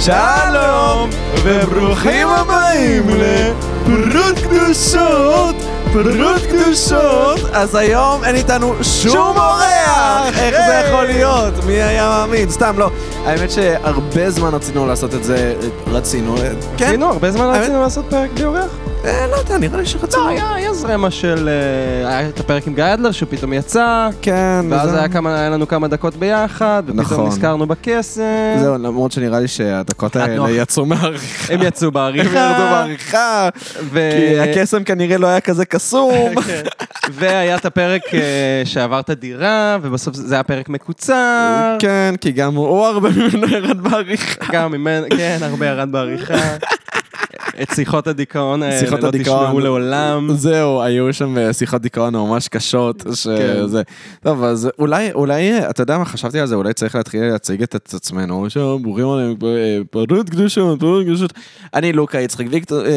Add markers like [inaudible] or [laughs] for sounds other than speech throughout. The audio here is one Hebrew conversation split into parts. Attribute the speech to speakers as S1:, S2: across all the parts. S1: שלום, וברוכים הבאים לפרות קדושות, פרות קדושות. אז היום אין איתנו שום אורח! איך זה יכול להיות? מי היה מאמין? סתם, לא. האמת שהרבה זמן רצינו לעשות את זה, רצינו. כן?
S2: רצינו, הרבה זמן לא
S1: האמת-
S2: רצינו לעשות פרק בלי אורח.
S1: אה, לא יודע, נראה לי
S2: לא,
S1: שרצינו.
S2: היה היה זרמה של... אה, היה את הפרק עם גיא אדלר שהוא פתאום יצא,
S1: כן,
S2: ואז
S1: וזה-
S2: היה כמה- היה לנו כמה דקות ביחד,
S1: נכון.
S2: ופתאום נזכרנו בכסף.
S1: זהו, למרות שנראה לי שהדקות
S2: את נוח.
S1: האלה יצאו מהעריכה.
S2: הם יצאו
S1: הם ירדו אה,
S2: בעריכה.
S1: בעריכה,
S2: ו-
S1: כי הקסם כנראה לא היה כזה קסום.
S2: [laughs] כן. והיה את הפרק אה, שעברת דירה, ובסוף זה זה היה פרק מקוצר.
S1: כן, כי גם הוא הרבה [laughs] ממנו ירד בעריכה.
S2: גם ממנו, כן, הרבה ירד בעריכה. את שיחות הדיכאון האלה
S1: שיחות
S2: לא
S1: הדיכאון.
S2: תשמעו לעולם.
S1: זהו, היו שם אה, שיחות דיכאון ממש קשות,
S2: כן.
S1: שזה... טוב, אז אולי, אולי, אה, אתה יודע מה, חשבתי על זה, אולי צריך להתחיל להציג את את עצמנו, שם, ברוכים עליהם, אה, פרות קדושות, פרות קדושות. אני לוקה יצחק ויקטור, אה,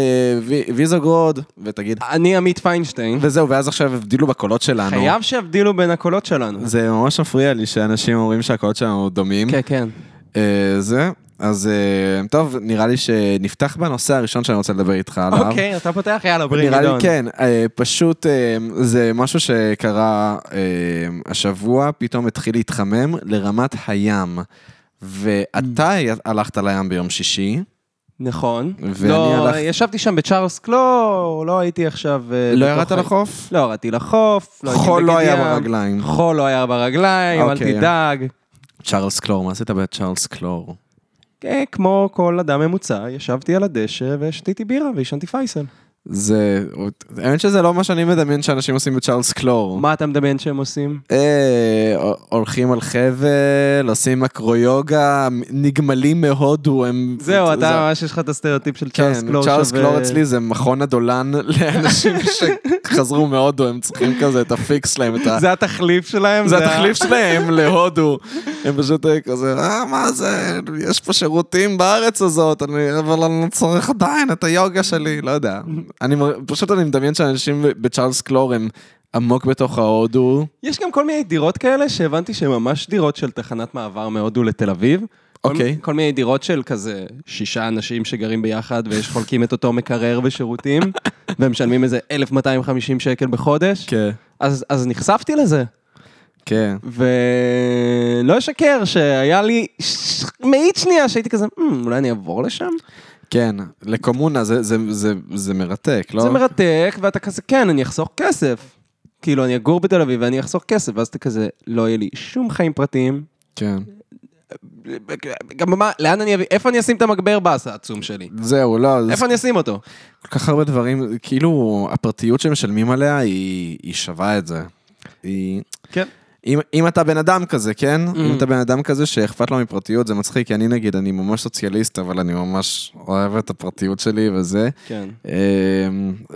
S1: וי- ויזוגרוד, ותגיד.
S2: אני עמית פיינשטיין.
S1: וזהו, ואז עכשיו הבדילו בקולות שלנו.
S2: חייב שיבדילו בין הקולות שלנו.
S1: זה ממש מפריע לי שאנשים אומרים שהקולות שלנו דומים.
S2: כן, כן.
S1: אה, זה, אז אה, טוב, נראה לי שנפתח בנושא הראשון שאני רוצה לדבר איתך עליו.
S2: אוקיי, אתה פותח, יאללה, ברי
S1: נראה לי
S2: גדעון.
S1: כן, אה, פשוט אה, זה משהו שקרה אה, השבוע, פתאום התחיל להתחמם לרמת הים. ואתה
S2: Mm.
S1: הלכת לים ביום שישי,
S2: נכון.
S1: ואני
S2: לא,
S1: הלכ-
S2: ישבתי שם בצ'ארלס קלור, לא הייתי עכשיו... אה,
S1: לא
S2: בתוך
S1: ירדת
S2: ה-
S1: לחוף?
S2: לא ירדתי לחוף, לא הייתי
S1: חול לא
S2: נגד
S1: היה
S2: ים.
S1: ברגליים.
S2: חול לא היה ברגליים, אל
S1: אוקיי.
S2: תדאג.
S1: צ'ארלס קלור, מה עשית בצ'ארלס קלור?
S2: כן, כמו כל אדם ממוצע, ישבתי על הדשא ושתיתי בירה ועישנתי פייסל.
S1: זה, האמת שזה לא מה שאני מדמיין שאנשים עושים בצ'ארלס קלור.
S2: מה אתה מדמיין שהם עושים?
S1: אה, הולכים על חבל, עושים מקרו-יוגה, נגמלים מהודו, הם...
S2: זהו,
S1: זה-
S2: אתה ממש יש לך את הסטריאוטיפ של צ'ארלס
S1: כן,
S2: קלור
S1: צ'ארלס
S2: שווה-
S1: קלור אצלי זה מכון הדולן [laughs] לאנשים שחזרו מהודו, הם צריכים כזה את הפיקס שלהם, את ה...
S2: זה התחליף שלהם?
S1: זה
S2: ה-
S1: התחליף שלהם להודו. הם פשוט אה, כזה, אה, מה זה, יש פה שירותים בארץ הזאת, אני, אבל אני לא צריך עדיין את היוגה שלי, לא יודע. אני מ- פשוט אני מדמיין שאנשים בצ'ארלס קלור הם עמוק בתוך ההודו.
S2: יש גם כל מיני דירות כאלה שהבנתי שהן ממש דירות של תחנת מעבר מהודו לתל אביב. כל-
S1: אוקיי.
S2: כל מיני דירות של כזה שישה אנשים שגרים ביחד ויש חולקים את אותו מקרר
S1: [laughs]
S2: ושירותים, והם משלמים איזה 1,250 שקל בחודש.
S1: כן.
S2: אז אז נחשפתי לזה,
S1: כן.
S2: ולא אשקר שהיה לי ש- מאית שנייה שהייתי כזה, "מ, אולי אני אעבור לשם?
S1: כן, לקומונה זה, זה, זה, זה מרתק, לא?
S2: זה מרתק, ואתה כזה, כן, אני אחסוך כסף. כאילו, אני אגור בתל אביב ואני אחסוך כסף, ואז אתה כזה, לא יהיה לי שום חיים פרטיים.
S1: כן.
S2: גם מה, לאן אני אביא, איפה אני אשים את המגבר באס העצום שלי?
S1: זהו, לא, זה
S2: איפה אני אשים אותו?
S1: כל כך הרבה דברים, כאילו, הפרטיות שמשלמים עליה, היא, היא שווה את זה. היא...
S2: כן.
S1: אם, אם אתה בן אדם כזה, כן?
S2: Mm.
S1: אם אתה בן אדם כזה שאכפת לו מפרטיות, זה מצחיק, כי אני נגיד, אני ממש סוציאליסט, אבל אני ממש אוהב את הפרטיות שלי וזה.
S2: כן.
S1: אמ,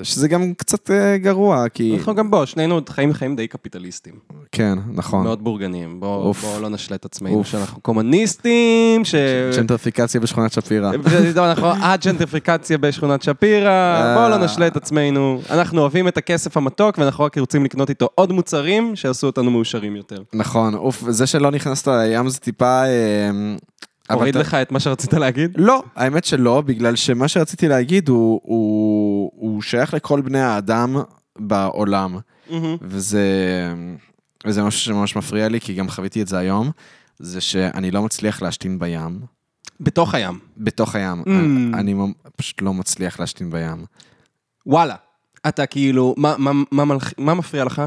S1: שזה גם קצת אה, גרוע, כי...
S2: אנחנו גם בוא, שנינו עוד חיים חיים די קפיטליסטים.
S1: כן, נכון.
S2: מאוד בורגניים. בוא
S1: אוף.
S2: בוא לא נשלה את עצמנו
S1: אוף.
S2: שאנחנו קומוניסטים, ש...
S1: ג'נטריפיקציה בשכונת שפירא.
S2: אה, ופתאום אנחנו הג'נטריפיקציה בשכונת
S1: אה.
S2: שפירא, בואו לא נשלה את עצמנו. אנחנו אוהבים את הכסף המתוק ואנחנו רק רוצים לקנות איתו עוד מוצרים שיעשו אותנו מאושרים יותר.
S1: נכון, אוף, זה שלא נכנסת לים זה טיפה... אמ, אבל
S2: הוריד
S1: אתה-
S2: לך את מה שרצית להגיד?
S1: לא, האמת שלא, בגלל שמה שרציתי להגיד הוא, הוא, הוא שייך לכל בני האדם בעולם, וזה, וזה משהו שממש מפריע לי, כי גם חוויתי את זה היום, זה שאני לא מצליח להשתין בים,
S2: בתוך הים.
S1: בתוך הים.
S2: Mm.
S1: אני ממ- פשוט לא מצליח להשתין בים.
S2: וואלה. אתה כאילו, מה- מה- מה מלח- מה מפריע לך?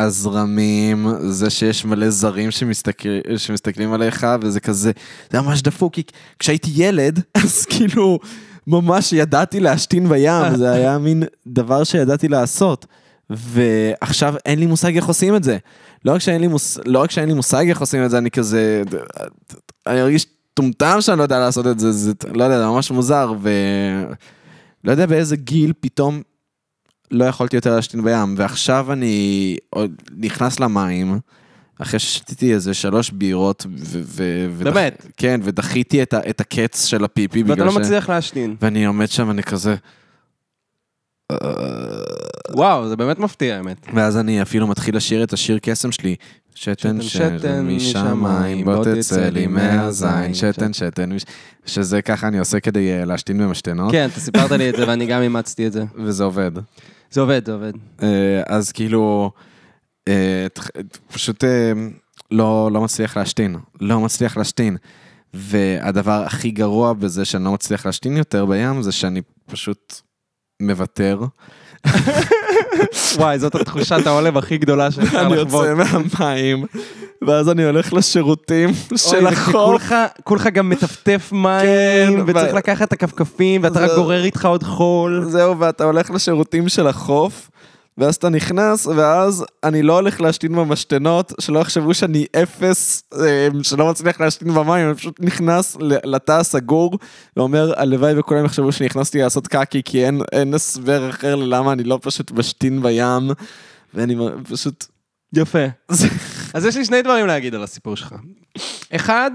S1: הזרמים, זה שיש מלא זרים שמסתכל, שמסתכלים עליך, וזה כזה, זה ממש דפוק, כי כשהייתי ילד, [laughs] אז כאילו, ממש ידעתי להשתין בים, זה היה מין דבר שידעתי לעשות. ועכשיו אין לי מושג איך עושים את זה. לא רק שאין לי, מוס... לא רק שאין לי מושג איך עושים את זה, אני כזה, אני מרגיש טומטם שאני לא יודע לעשות את זה, זה, לא יודע, זה ממש מוזר, ו... לא יודע באיזה גיל פתאום לא יכולתי יותר להשתין בים, ועכשיו אני עוד נכנס למים, אחרי ששתיתי איזה שלוש בירות, ו... ו- ודח-
S2: באמת?
S1: כן, ודחיתי את, ה- את הקץ של הפיפי,
S2: ואתה
S1: בגלל
S2: לא
S1: ש...
S2: מצליח להשתין.
S1: ואני עומד שם, אני כזה...
S2: וואו, זה באמת מפתיע, האמת.
S1: ואז אני אפילו מתחיל לשיר את השיר קסם שלי. שתן שתן משמיים, בוא תצא לי מהזין, כן. שתן שתן, מש- שזה ככה אני עושה כדי אה, להשתין במשתנות,
S2: כן, אתה סיפרת לי את זה ואני גם אימצתי את זה.
S1: וזה עובד.
S2: זה עובד, זה עובד.
S1: אה, אז כאילו, אה, תח- פשוט אה, לא, לא מצליח להשתין, לא מצליח להשתין. והדבר הכי גרוע בזה שאני לא מצליח להשתין יותר בים, זה שאני פשוט מוותר.
S2: וואי, זאת התחושת העולב הכי גדולה שאפשר
S1: אני
S2: לחוות.
S1: יוצא מהמים, ואז אני הולך לשירותים של
S2: אוי, זה
S1: החוף.
S2: שכולך- כולך גם מטפטף
S1: כן,
S2: מים, וצריך
S1: ו-
S2: לקחת את הכפכפים, ואתה
S1: זה-
S2: רק גורר איתך עוד חול.
S1: זהו, ואתה הולך לשירותים של החוף, ואז אתה נכנס, ואז אני לא הולך להשתין במשתנות, שלא יחשבו שאני אפס, אה, שלא מצליח להשתין במים, אני פשוט נכנס ל- לתא הסגור, ואומר, הלוואי וכולם יחשבו שנכנסתי לעשות קקי, כי אין, אין הסבר אחר ללמה אני לא פשוט משתין בים, ואני מ- פשוט...
S2: יפה. אז יש לי שני דברים להגיד על הסיפור שלך. אחד,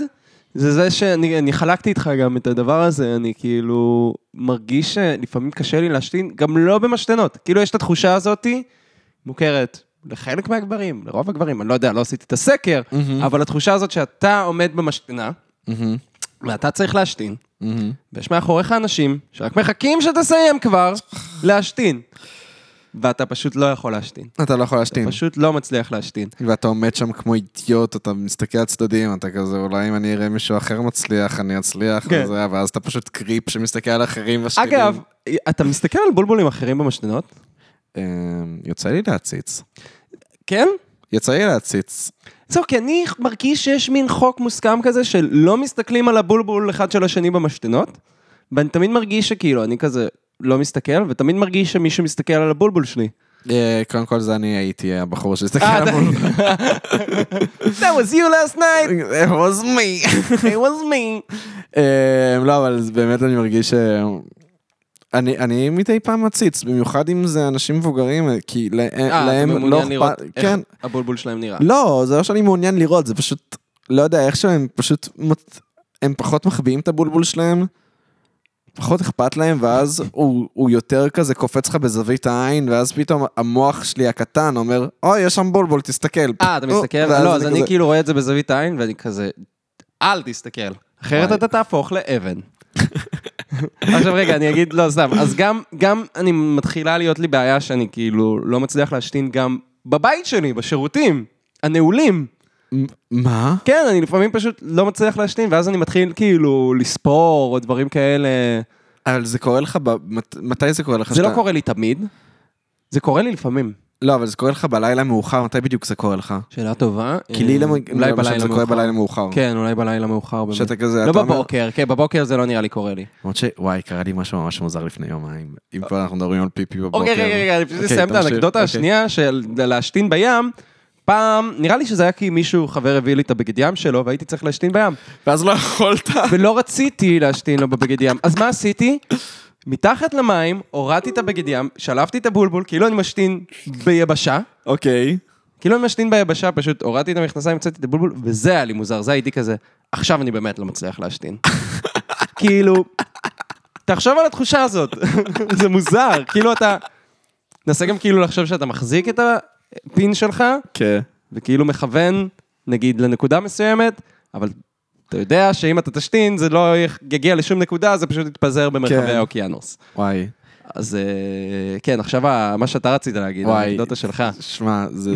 S2: זה זה שאני אני חלקתי איתך גם את הדבר הזה, אני כאילו מרגיש שלפעמים קשה לי להשתין, גם לא במשתנות. כאילו יש את התחושה הזאתי, מוכרת לחלק מהגברים, לרוב הגברים, אני לא יודע, לא עשיתי את הסקר,
S1: מהמם.
S2: אבל התחושה הזאת שאתה עומד במשתנה, ואתה צריך להשתין, ויש מאחוריך אנשים שרק מחכים שתסיים כבר להשתין, ואתה פשוט לא יכול להשתין.
S1: אתה לא יכול להשתין.
S2: פשוט לא מצליח להשתין.
S1: ואתה עומד שם כמו אידיוט, אתה מסתכל על צדדים, אתה כזה, אולי אם אני אראה מישהו אחר מצליח, אני אצליח,
S2: כן.
S1: וזה, ואז אתה פשוט קריפ שמסתכל על אחרים ושתילים.
S2: אגב, אתה מסתכל על בולבולים אחרים במשתנות?
S1: אמ, יוצא לי להציץ.
S2: כן?
S1: יצא לי להציץ.
S2: זהו, כי אני מרגיש שיש מין חוק מוסכם כזה של לא מסתכלים על הבולבול אחד של השני במשתנות, ואני תמיד מרגיש שכאילו, אני כזה לא מסתכל, ותמיד מרגיש שמישהו מסתכל על הבולבול שלי.
S1: אה, קודם כל זה אני הייתי הבחור שהסתכל
S2: אה,
S1: על
S2: אתה-
S1: המון.
S2: [laughs]
S1: [laughs]
S2: That was you last night,
S1: It was me.
S2: it was me.
S1: אמ, לא, אבל זה באמת אני מרגיש ש... אני, אני מדי פעם מציץ, במיוחד אם זה אנשים מבוגרים, כי לה,
S2: אה, אתה
S1: להם
S2: מעוניין
S1: לא
S2: לראות
S1: אכפת...
S2: איך
S1: כן,
S2: הבולבול שלהם נראה.
S1: לא, זה לא שאני מעוניין לראות, זה פשוט, לא יודע, איך שהם פשוט, מוצ- הם פחות מחביאים את הבולבול שלהם, פחות אכפת להם, ואז הוא, הוא יותר כזה קופץ לך בזווית העין, ואז פתאום המוח שלי הקטן אומר, אוי, יש שם בולבול, תסתכל.
S2: אה, אתה מסתכל?
S1: ואז
S2: לא, אז אני
S1: כזה-
S2: כאילו רואה את זה בזווית העין, ואני כזה, אל תסתכל. אחרת
S1: וואי.
S2: אתה תהפוך לאבן. [laughs] עכשיו רגע, אני אגיד, לא, סתם. אז גם, גם אני מתחילה להיות לי בעיה שאני כאילו לא מצליח להשתין גם בבית שלי, בשירותים, הנעולים.
S1: מה?
S2: כן, אני לפעמים פשוט לא מצליח להשתין, ואז אני מתחיל כאילו לספור או דברים כאלה.
S1: אבל זה קורה לך, ב... מת- מתי זה קורה לך?
S2: זה לא
S1: שאתה-
S2: קורה לי תמיד, זה קורה לי לפעמים.
S1: לא, אבל זה קורה לך בלילה מאוחר, מתי בדיוק זה קורה לך?
S2: שאלה טובה.
S1: כי לי לא
S2: אה,
S1: למ...
S2: אולי
S1: למשל,
S2: בלילה
S1: זה קורה
S2: מאוחר.
S1: בלילה מאוחר.
S2: כן, אולי בלילה מאוחר. באמת.
S1: שאתה כזה,
S2: לא
S1: אתה אומר-
S2: בבוקר, כן, בבוקר זה לא נראה לי קורה לי.
S1: למרות ש... וואי, קרה לי משהו ממש מוזר לפני יומיים. אם כבר אנחנו מדברים על פיפי בבוקר.
S2: אוקיי, רגע, רגע, אני פשוט
S1: אוקיי,
S2: אסיים את
S1: תמשיך,
S2: האנקדוטה
S1: אוקיי.
S2: השנייה של להשתין בים. פעם, נראה לי שזה היה כי מישהו, חבר הביא לי את הבגד ים שלו והייתי צריך להשתין בים.
S1: ואז לא יכולת. [laughs]
S2: ולא רציתי להשתין לו בבגד ים. אז מה עשיתי? מתחת למים, הורדתי את הבגד ים, שלפתי את הבולבול, כאילו אני משתין ביבשה.
S1: אוקיי.
S2: כאילו אני משתין ביבשה, פשוט הורדתי את המכנסיים, הוצאתי את הבולבול, וזה היה לי מוזר, זה הייתי כזה, עכשיו אני באמת לא
S1: [laughs]
S2: מצליח להשתין. כאילו, תחשוב על התחושה הזאת, [laughs] זה מוזר, כאילו אתה, נסה גם כאילו לחשוב שאתה מחזיק את הפין שלך,
S1: כן.
S2: וכאילו מכוון, נגיד, לנקודה מסוימת, אבל אתה יודע שאם אתה תשתין, זה לא יגיע לשום נקודה, זה פשוט יתפזר במרחבי
S1: כן.
S2: האוקיינוס.
S1: וואי.
S2: אז אה, כן, עכשיו ה- מה שאתה רצית להגיד,
S1: וואי.
S2: האנקדוטה שלך.
S1: שמע,
S2: [laughs]
S1: זה...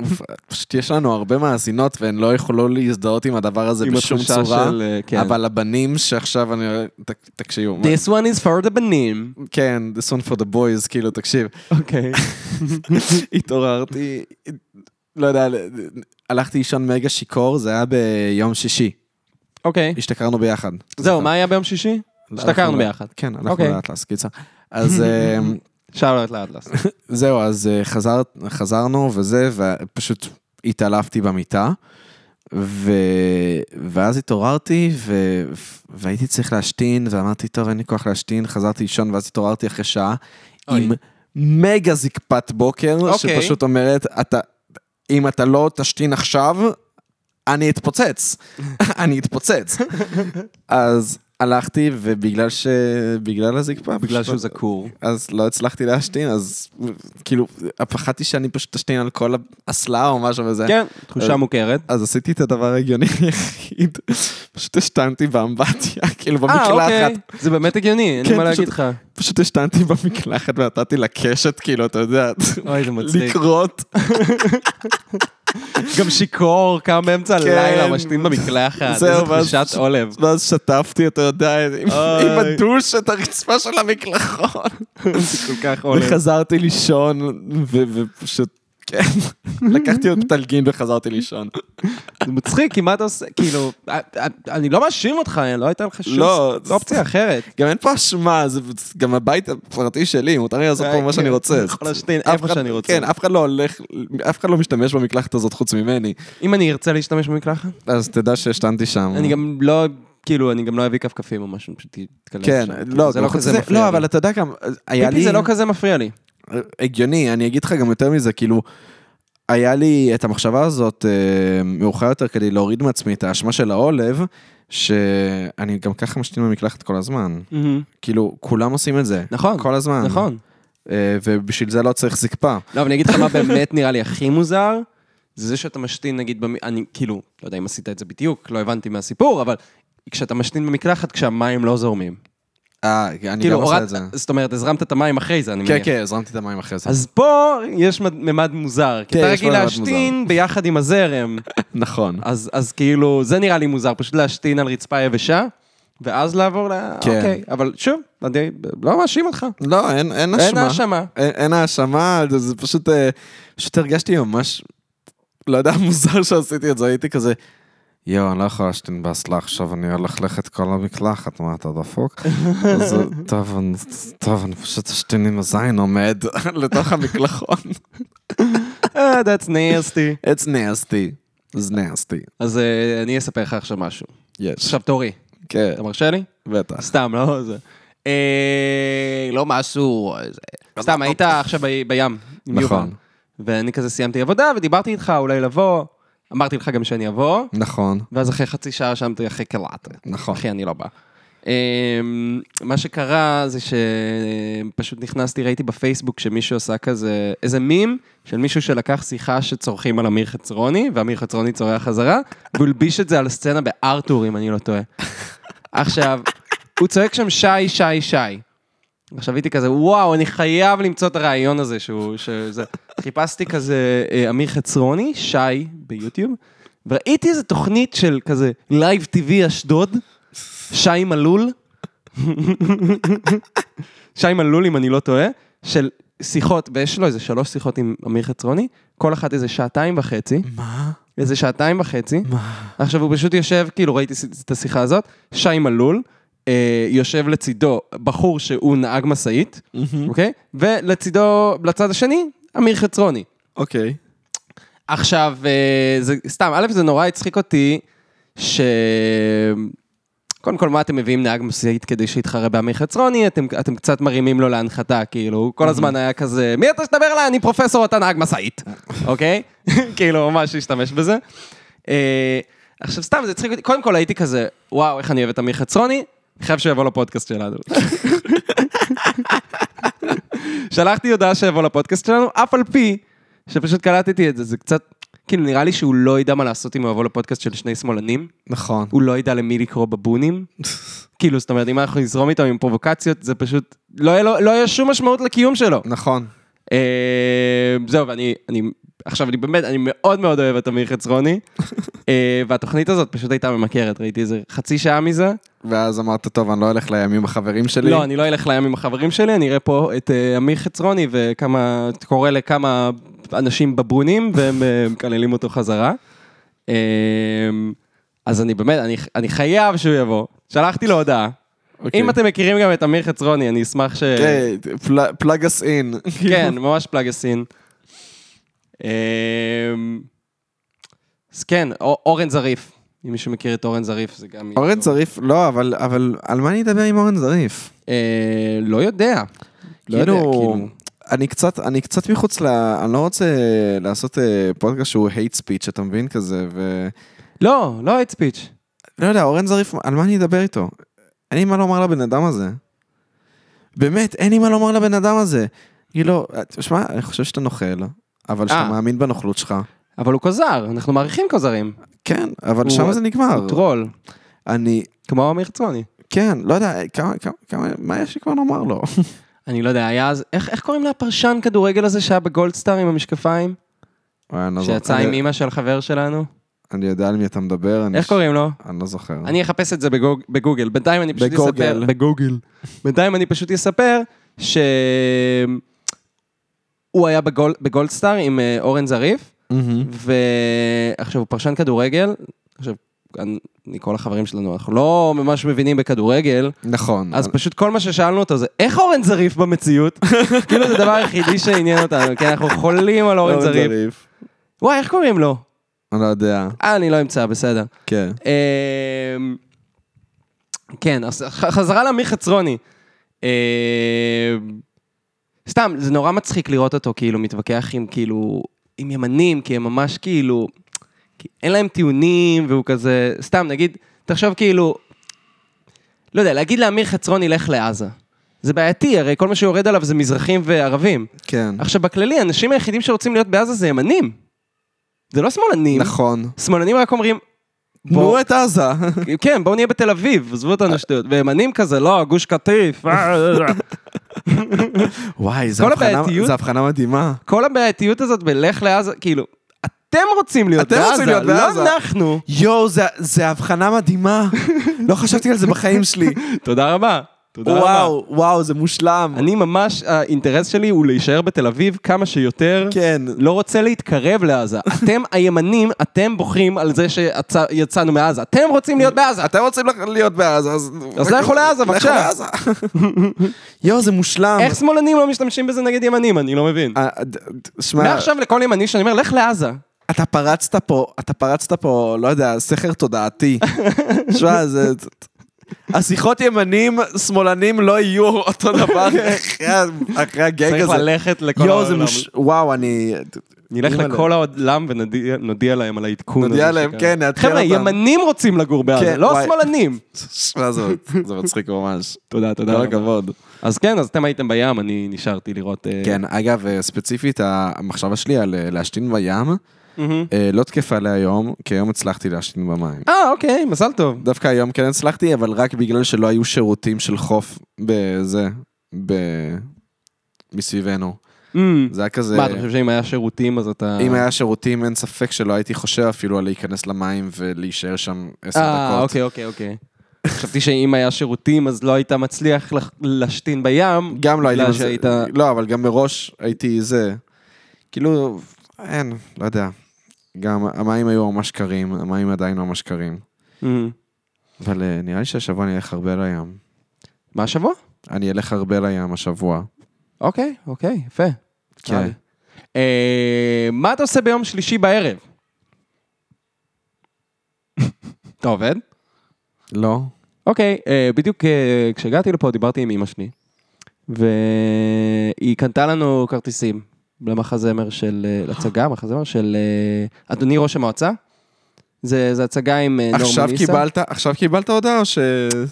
S1: אוף, פשוט יש לנו הרבה מאזינות והן לא יכולו להזדהות עם הדבר הזה
S2: עם
S1: בשום
S2: התחושה
S1: צורה.
S2: של, אה, כן.
S1: אבל הבנים שעכשיו אני... ת- תקשיבו. מה-
S2: This one is for the בנים.
S1: כן, this one for the boys, כאילו, תקשיב.
S2: [laughs] אוקיי.
S1: התעוררתי, לא יודע, הלכתי לישון מגה שיכור, זה היה ביום שישי.
S2: אוקיי.
S1: השתכרנו ביחד.
S2: זהו, מה היה ביום שישי? השתכרנו
S1: הלכנו-
S2: ביחד.
S1: כן, הלכנו
S2: אוקיי.
S1: לאטלס, קיצר.
S2: [laughs]
S1: אז... אמ,
S2: שאלות לאטלס.
S1: זהו, אז אה, חזר, חזרנו וזה, ופשוט התעלפתי במיטה. ו... ואז התעוררתי ו... והייתי צריך להשתין, ואמרתי, טוב, אין לי כוח להשתין, חזרתי לישון, ואז התעוררתי אחרי שעה
S2: אוי.
S1: אוי. עם מגה זקפת בוקר,
S2: אוקיי.
S1: אוקיי. שפשוט אומרת, אתה... אם אתה לא תשתין [laughs] עכשיו, אני אתפוצץ. אני אתפוצץ. אז הלכתי, ובגלל ש... בגלל הזקפה.
S2: [laughs] בגלל
S1: פשוט-
S2: שהוא זקור.
S1: אז לא הצלחתי להשתין, אז כאילו, פחדתי שאני פשוט אשתין על כל האסלה או משהו וזה.
S2: כן, תחושה מוכרת.
S1: אז עשיתי את הדבר ההגיוני [laughs] היחיד, פשוט השתנתי באמבטיה, [laughs] כאילו
S2: אה, אוקיי,
S1: במקלחת.
S2: זה באמת הגיוני, אין לי
S1: כן,
S2: מה
S1: פשוט-
S2: להגיד לך.
S1: פשוט השתנתי במקלחת ונתתי לקשת, כאילו, אתה יודע,
S2: אוי, זה [laughs] מצחיק.
S1: לקרות.
S2: גם שיכור, קם באמצע
S1: כן.
S2: הלילה, משתין במקלחת.
S1: זהו,
S2: איזה
S1: ואז-
S2: תחושת [laughs] עולב.
S1: ואז שטפתי, אתה יודע, עם
S2: אוי.
S1: עם הדוש את הרצפה של המקלחון.
S2: זה כל כך עולב.
S1: וחזרתי לישון, ו- ופשוט,
S2: [laughs]
S1: כן, לקחתי עוד פטלגין וחזרתי לישון.
S2: זה מצחיק, כי מה אתה עושה? כאילו, אה, אה, אני לא מאשים אותך, לא הייתה לך שום
S1: לא,
S2: ס- אופציה אחרת.
S1: גם אין פה אשמה, זה גם הבית הפרטי שלי, מותר לי לעשות פה מה שאני רוצה.
S2: אה, אני יכול להשתין
S1: אף
S2: איפה
S1: אחד-
S2: שאני רוצה.
S1: כן, אף אחד לא הולך, אף אחד לא משתמש במקלחת הזאת חוץ ממני.
S2: אם אני ארצה להשתמש במקלחת,
S1: אז תדע שהשתנתי שם.
S2: אני גם לא, כאילו, אני גם לא אביא כפכפים או משהו, פשוט תתקלח
S1: כן,
S2: שם.
S1: לא,
S2: זה לא
S1: גם חוץ
S2: כזה
S1: מזה-
S2: מפריע
S1: לא,
S2: לי.
S1: אבל אתה יודע גם, היה
S2: פיפי
S1: לי...
S2: זה לא כזה מפריע לי.
S1: הגיוני, אני אגיד לך גם יותר מזה, כאילו, היה לי את המחשבה הזאת אה, מאוחר יותר כדי להוריד מעצמי את האשמה של העולב, שאני גם ככה משתין במקלחת כל הזמן. כאילו, כולם עושים את זה.
S2: נכון,
S1: כל הזמן.
S2: נכון.
S1: אה, ובשביל זה לא צריך זקפה.
S2: לא, אבל אני אגיד לך מה באמת נראה לי הכי מוזר, זה זה שאתה משתין, נגיד, במ- אני כאילו, לא יודע אם עשית את זה בדיוק, לא הבנתי מהסיפור, אבל כשאתה משתין במקלחת כשהמים לא זורמים.
S1: אה, אני גם
S2: כאילו,
S1: עושה את
S2: הורדת,
S1: זה.
S2: זאת אומרת, הזרמת את המים אחרי זה, אני
S1: כן,
S2: מניח.
S1: כן, הזרמתי את המים אחרי זה.
S2: אז פה יש מד- ממד מוזר, כי
S1: כן,
S2: אתה
S1: יש פה
S2: רגיל
S1: ממד
S2: להשתין ביחד עם הזרם,
S1: נכון.
S2: אז אז כאילו, זה נראה לי מוזר, פשוט להשתין על רצפה יבשה, ואז לעבור ל...
S1: כן.
S2: אוקיי, אבל שוב, אני לא מאשים אותך.
S1: לא, אין, אין האשמה.
S2: אין האשמה.
S1: אין, אין האשמה, זה, זה פשוט, אה, פשוט הרגשתי ממש, לא יודע, [laughs] מוזר שעשיתי את זה, הייתי כזה, יואו, אני לא יכול להשתין באסלה עכשיו, אני אלכלך את כל המקלחת, מה, אתה [laughs] דפוק? אז אה, טוב, אני, טוב, אני פשוט אשתין עם הזין עומד [laughs] לתוך המקלחון. [laughs]
S2: אה, that's nasty.
S1: It's nasty. It's nasty.
S2: אז אה, אני אספר לך עכשיו משהו.
S1: יש.
S2: עכשיו תורי,
S1: כן,
S2: אתה מרשה לי?
S1: בטח.
S2: סתם, לא זה. אה, לא משהו, אה, זה- סתם, היית עכשיו ב- בים. עם
S1: לא, נכון.
S2: יובל. ואני כזה סיימתי עבודה ודיברתי איתך, אולי לבוא. אמרתי לך גם שאני אבוא,
S1: נכון,
S2: ואז אחרי חצי שעה רשמתי אחרי קלעת.
S1: נכון.
S2: אחי, אני לא בא. אמ, מה שקרה זה שפשוט נכנסתי, ראיתי בפייסבוק שמישהו עשה כזה, איזה מים של מישהו שלקח שיחה שצורכים על אמיר חצרוני, ואמיר חצרוני צורח חזרה, והוא הלביש את זה על הסצנה בארתור, אם אני לא טועה. עכשיו, הוא צועק שם שי, שי, שי. עכשיו הייתי כזה, וואו, אני חייב למצוא את הרעיון הזה שהוא... שזה. חיפשתי כזה אה, אמיר חצרוני, שי, ביוטיוב, וראיתי איזה תוכנית של כזה לייב TV אשדוד, שי מלול, שי מלול, אם אני לא טועה, של שיחות, ויש לו איזה שלוש שיחות עם אמיר חצרוני, כל אחת איזה שעתיים וחצי,
S1: מה?
S2: איזה שעתיים וחצי.
S1: מה?
S2: עכשיו הוא פשוט יושב, כאילו ראיתי את השיחה הזאת, שי מלול, אה, יושב לצידו בחור שהוא נהג משאית, אוקיי? ולצידו, לצד השני, אמיר חצרוני.
S1: אוקיי.
S2: עכשיו, אה, זה, סתם, א', זה נורא הצחיק אותי, ש... קודם כל, מה אתם מביאים נהג משאית כדי שיתחרה בעמי חצרוני? אתם, אתם קצת מרימים לו להנחתה, כאילו, הוא כל הזמן היה כזה, מי אתה שתדבר אליי? אני פרופסור, אתה נהג משאית, אוקיי? [laughs] כאילו, ממש השתמש בזה. אה, עכשיו, סתם, זה הצחיק אותי, קודם כל הייתי כזה, וואו, איך אני אוהב את עמי חצרוני, חייב שיבוא לפודקאסט שלנו. שלחתי הודעה שיבוא לפודקאסט שלנו, אף על פי שפשוט קלטתי את זה, זה קצת, כאילו נראה לי שהוא לא ידע מה לעשות אם הוא יבוא לפודקאסט של שני שמאלנים,
S1: נכון.
S2: הוא לא ידע למי לקרוא בבונים, כאילו זאת אומרת אם אנחנו נזרום איתו עם פרובוקציות זה פשוט, לא יהיה לו- לא יהיה שום משמעות לקיום שלו.
S1: נכון.
S2: אה, זהו, ואני, אני, עכשיו אני באמת, אני מאוד מאוד אוהב את אמיר חצרוני, אה, והתוכנית הזאת פשוט הייתה ממכרת, ראיתי איזה חצי שעה מזה.
S1: ואז אמרת, טוב, אני לא הולך לים עם החברים שלי.
S2: לא, אני לא אלך לים עם החברים שלי, אני אראה פה את אה, אמיר חצרוני וכמה, קורא לכמה אנשים בבונים, והם אה, מקללים אותו חזרה. אה, אז אני באמת, אני, אני חייב שהוא יבוא. שלחתי לו הודעה.
S1: אוקיי.
S2: אם אתם מכירים גם את אמיר חצרוני, אני אשמח ש...
S1: כן, פל- plug us in.
S2: כן, ממש פלאג הסין. אה, אז כן, אור- אורן זריף. אם מישהו מכיר את אורן זריף, זה גם...
S1: אורן זריף, לא, אבל, אבל על מה אני אדבר עם אורן זריף?
S2: אה, לא יודע. לא יודע, כאילו...
S1: אני קצת, אני קצת מחוץ ל... אני לא רוצה לעשות אה, פודקאסט שהוא hate speech, אתה מבין כזה, ו...
S2: לא, לא hate speech.
S1: לא יודע, אורן זריף, על מה אני אדבר איתו? אין לי מה לומר לבן אדם הזה. באמת, אין לי מה לומר לבן אדם הזה. כאילו, תשמע, אני חושב שאתה נוכל, אבל שאתה
S2: אה.
S1: מאמין בנוכלות שלך.
S2: אבל הוא כוזר, אנחנו מעריכים כוזרים.
S1: כן, אבל
S2: הוא-
S1: שם זה נגמר.
S2: הוא טרול,
S1: אני,
S2: כמו אמיר צרוני.
S1: כן, לא יודע, כמה, כמה, כמה, מה יש לי כבר לומר
S2: [laughs]
S1: לו?
S2: אני לא יודע, היה אז... איך איך קוראים לפרשן כדורגל הזה שהיה בגולדסטאר עם המשקפיים?
S1: וואי, אני לא זוכר.
S2: שיצא
S1: אני-
S2: עם אימא של חבר שלנו?
S1: אני יודע על מי אתה מדבר. אני
S2: איך
S1: ש-
S2: קוראים לו?
S1: אני לא זוכר.
S2: אני אחפש את זה בגוג- בגוגל. בינתיים אני פשוט
S1: בגוגל.
S2: אספר... בגוגל. בינתיים אני פשוט אספר ש... הוא היה בגול, בגולדסטאר עם אה, אורן זריף,
S1: מהמם.
S2: ועכשיו הוא פרשן כדורגל. עכשיו, אני, כל החברים שלנו, אנחנו לא ממש מבינים בכדורגל,
S1: נכון.
S2: אז פשוט כל מה ששאלנו אותו זה, איך אורן זריף במציאות? [laughs] כאילו זה הדבר היחידי שעניין אותנו, כי אנחנו חולים על אורן זריף. וואי, איך קוראים לו?
S1: אני לא יודע,
S2: אה, אני לא אמצא, בסדר.
S1: כן.
S2: אמ, כן, אז ח- חזרה לאמיר חצרוני. אמ, סתם, זה נורא מצחיק לראות אותו כאילו מתווכח עם כאילו, עם ימנים, כי הם ממש כאילו, כי אין להם טיעונים, והוא כזה, סתם, נגיד, תחשוב כאילו, לא יודע, להגיד לאמיר חצרוני לך לעזה. זה בעייתי, הרי כל מה שיורד עליו זה מזרחים וערבים.
S1: כן.
S2: עכשיו, בכללי, האנשים היחידים שרוצים להיות בעזה זה ימנים. זה לא שמאלנים.
S1: נכון.
S2: שמאלנים רק אומרים,
S1: תנו את עזה.
S2: כן, בואו נהיה בתל אביב, עזבו אותנו שטויות. וימנים כזה, לא, גוש קטיף. אה,
S1: וואי, זו
S2: כל
S1: הבחנה-
S2: הבעייתיות-
S1: זו הבחנה מדהימה.
S2: כל הבעייתיות הזאת בלך לעזה, כאילו, אתם רוצים להיות
S1: אתם
S2: בעזה,
S1: רוצים להיות בעזה.
S2: לא אנחנו.
S1: יואו, זה- זה הבחנה [laughs] מדהימה. לא חשבתי על זה בחיים [laughs] שלי.
S2: תודה רבה. תודה רבה.
S1: וואו, וואו, זה מושלם.
S2: אני ממש, האינטרס שלי הוא להישאר בתל אביב כמה שיותר.
S1: כן.
S2: לא רוצה
S1: [laughs]
S2: להתקרב לעזה. אתם הימנים, אתם בוכים על זה שיצאנו מעזה. אתם רוצים להיות בעזה.
S1: אתם רוצים לח- להיות בעזה, אז...
S2: אז לכו לעזה,
S1: לכו
S2: בבקשה.
S1: לעזה. [laughs] יואו, זה מושלם.
S2: איך שמאלנים לא משתמשים בזה נגד ימנים? אני לא מבין.
S1: אה, ד- ד- שמע,
S2: מעכשיו לכל ימני שאני אומר, לך לעזה.
S1: אתה פרצת פה, אתה פרצת פה, לא יודע, סכר
S2: [laughs]
S1: תודעתי. שמע, זה... השיחות ימנים, שמאלנים לא יהיו אותו
S2: [laughs]
S1: דבר אחרי ה- אחרי הגג
S2: צריך
S1: הזה.
S2: ללכת לכל העולם.
S1: יואו, זה מוש... וואו, אני...
S2: נלך
S1: אימא'לה.
S2: לכל העולם ונודיע להם על העדכון.
S1: נודיע
S2: הזה
S1: להם,
S2: שקרה.
S1: כן, נעדכן
S2: חבר'ה,
S1: אותם.
S2: ימנים רוצים לגור בעזה,
S1: כן,
S2: לא
S1: וואי. [laughs]
S2: שמאלנים.
S1: שמע, זה זה מצחיק ממש. לא,
S2: תודה,
S1: כל הכבוד.
S2: אז כן, אז אתם הייתם בים, אני נשארתי לראות... אה,
S1: כן, אגב, אה, ספציפית, המחשבה שלי על אה, להשתין בים,
S2: מהמם.
S1: אה, לא תקפה להיום, כי היום הצלחתי להשתין במים.
S2: אה, אוקיי, מזל טוב.
S1: דווקא היום כן הצלחתי, אבל רק בגלל שלא היו שירותים של חוף בזה, ב... מסביבנו.
S2: אמ,
S1: זה היה כזה...
S2: מה, אה. אתה חושב שאם היה שירותים אז אתה...
S1: אם היה שירותים, אין ספק שלא הייתי חושב אפילו על להיכנס למים ולהישאר שם עשר
S2: אה,
S1: דקות.
S2: אוקיי, אוקיי, אוקיי. [laughs] חשבתי שאם היה שירותים אז לא היית מצליח לח- להשתין בים.
S1: גם לא הייתי...
S2: אוקיי. בגלל
S1: מזה-
S2: שהיית-
S1: לא, אבל גם מראש הייתי זה. כאילו, אין, לא יודע. גם המים היו ממש קרים, המים עדיין ממש קרים. כן.
S2: אמ,
S1: אבל אה, נראה לי שהשבוע אני אלך הרבה לים.
S2: מה השבוע?
S1: אני אלך הרבה לים השבוע.
S2: אוקיי, אוקיי, יפה. נראה
S1: כן.
S2: לי. אה, מה אתה עושה ביום שלישי
S1: [laughs]
S2: בערב? אתה עובד?
S1: לא?
S2: אוקיי, אה, בדיוק אה, כשהגעתי לפה דיברתי עם אימא שלי, והיא קנתה לנו כרטיסים למחזמר של, אה, להצגה, מחזמר של אה, אדוני ראש המועצה. זה, זה הצגה עם אה, נורמן ניסה.
S1: עכשיו קיבלת, עכשיו קיבלת הודעה או ש...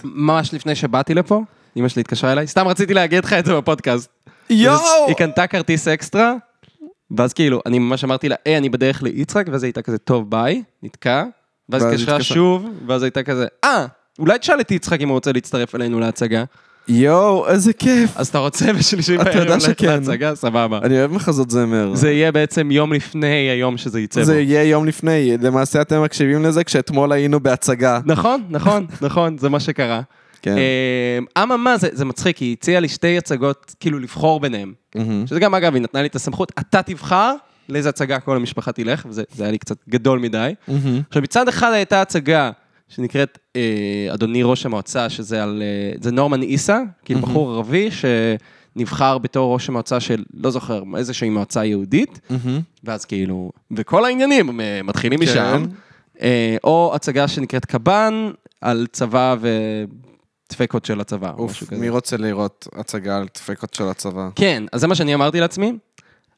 S2: ממש לפני שבאתי לפה, אימא שלי התקשרה אליי, סתם רציתי להגיד לך את זה בפודקאסט. אז היא קנתה כרטיס אקסטרה, ואז כאילו, אני ממש אמרתי לה, היי, אני בדרך ליצחק, ואז היא הייתה כזה, טוב, ביי, נתקע. ואז
S1: ואז
S2: התקשרה
S1: התקשרה.
S2: שוב, ואז הייתה כזה, אה, אולי תשאל את יצחק אם הוא רוצה להצטרף אלינו להצגה.
S1: יואו, איזה כיף.
S2: אז אתה רוצה בשלישי
S1: אתה
S2: בערב
S1: יודע
S2: ללכת
S1: שכן.
S2: להצגה? סבבה.
S1: אני אוהב מחזות זמר.
S2: זה יהיה בעצם יום לפני היום שזה יצא בו.
S1: זה יהיה יום לפני, למעשה אתם מקשיבים לזה כשאתמול היינו בהצגה.
S2: [laughs] נכון, נכון, נכון, זה מה שקרה.
S1: כן.
S2: אה, אממה, זה זה מצחיק, היא הציעה לי שתי הצגות, כאילו לבחור ביניהן.
S1: מהמם.
S2: שזה גם, אגב, היא נתנה לי את הסמכות, אתה תבחר לאיזה הצגה כל המשפחה תלך, וזה זה היה לי קצת גדול מדי.
S1: מהמם.
S2: עכשיו, מצד אחד הייתה הצגה שנקראת אה, אדוני ראש המועצה, שזה על, אה, זה נורמן עיסא, כאילו בחור ערבי שנבחר בתור ראש המועצה של, לא זוכר, איזושהי מועצה יהודית,
S1: מהמם.
S2: ואז כאילו, וכל העניינים אה, מתחילים
S1: כן.
S2: משם. אה, או הצגה שנקראת קב"ן, על צבא ודפקות של הצבא, או משהו
S1: אוף,
S2: כזה.
S1: מי רוצה לראות הצגה על דפקות של הצבא?
S2: כן, אז זה מה שאני אמרתי לעצמי.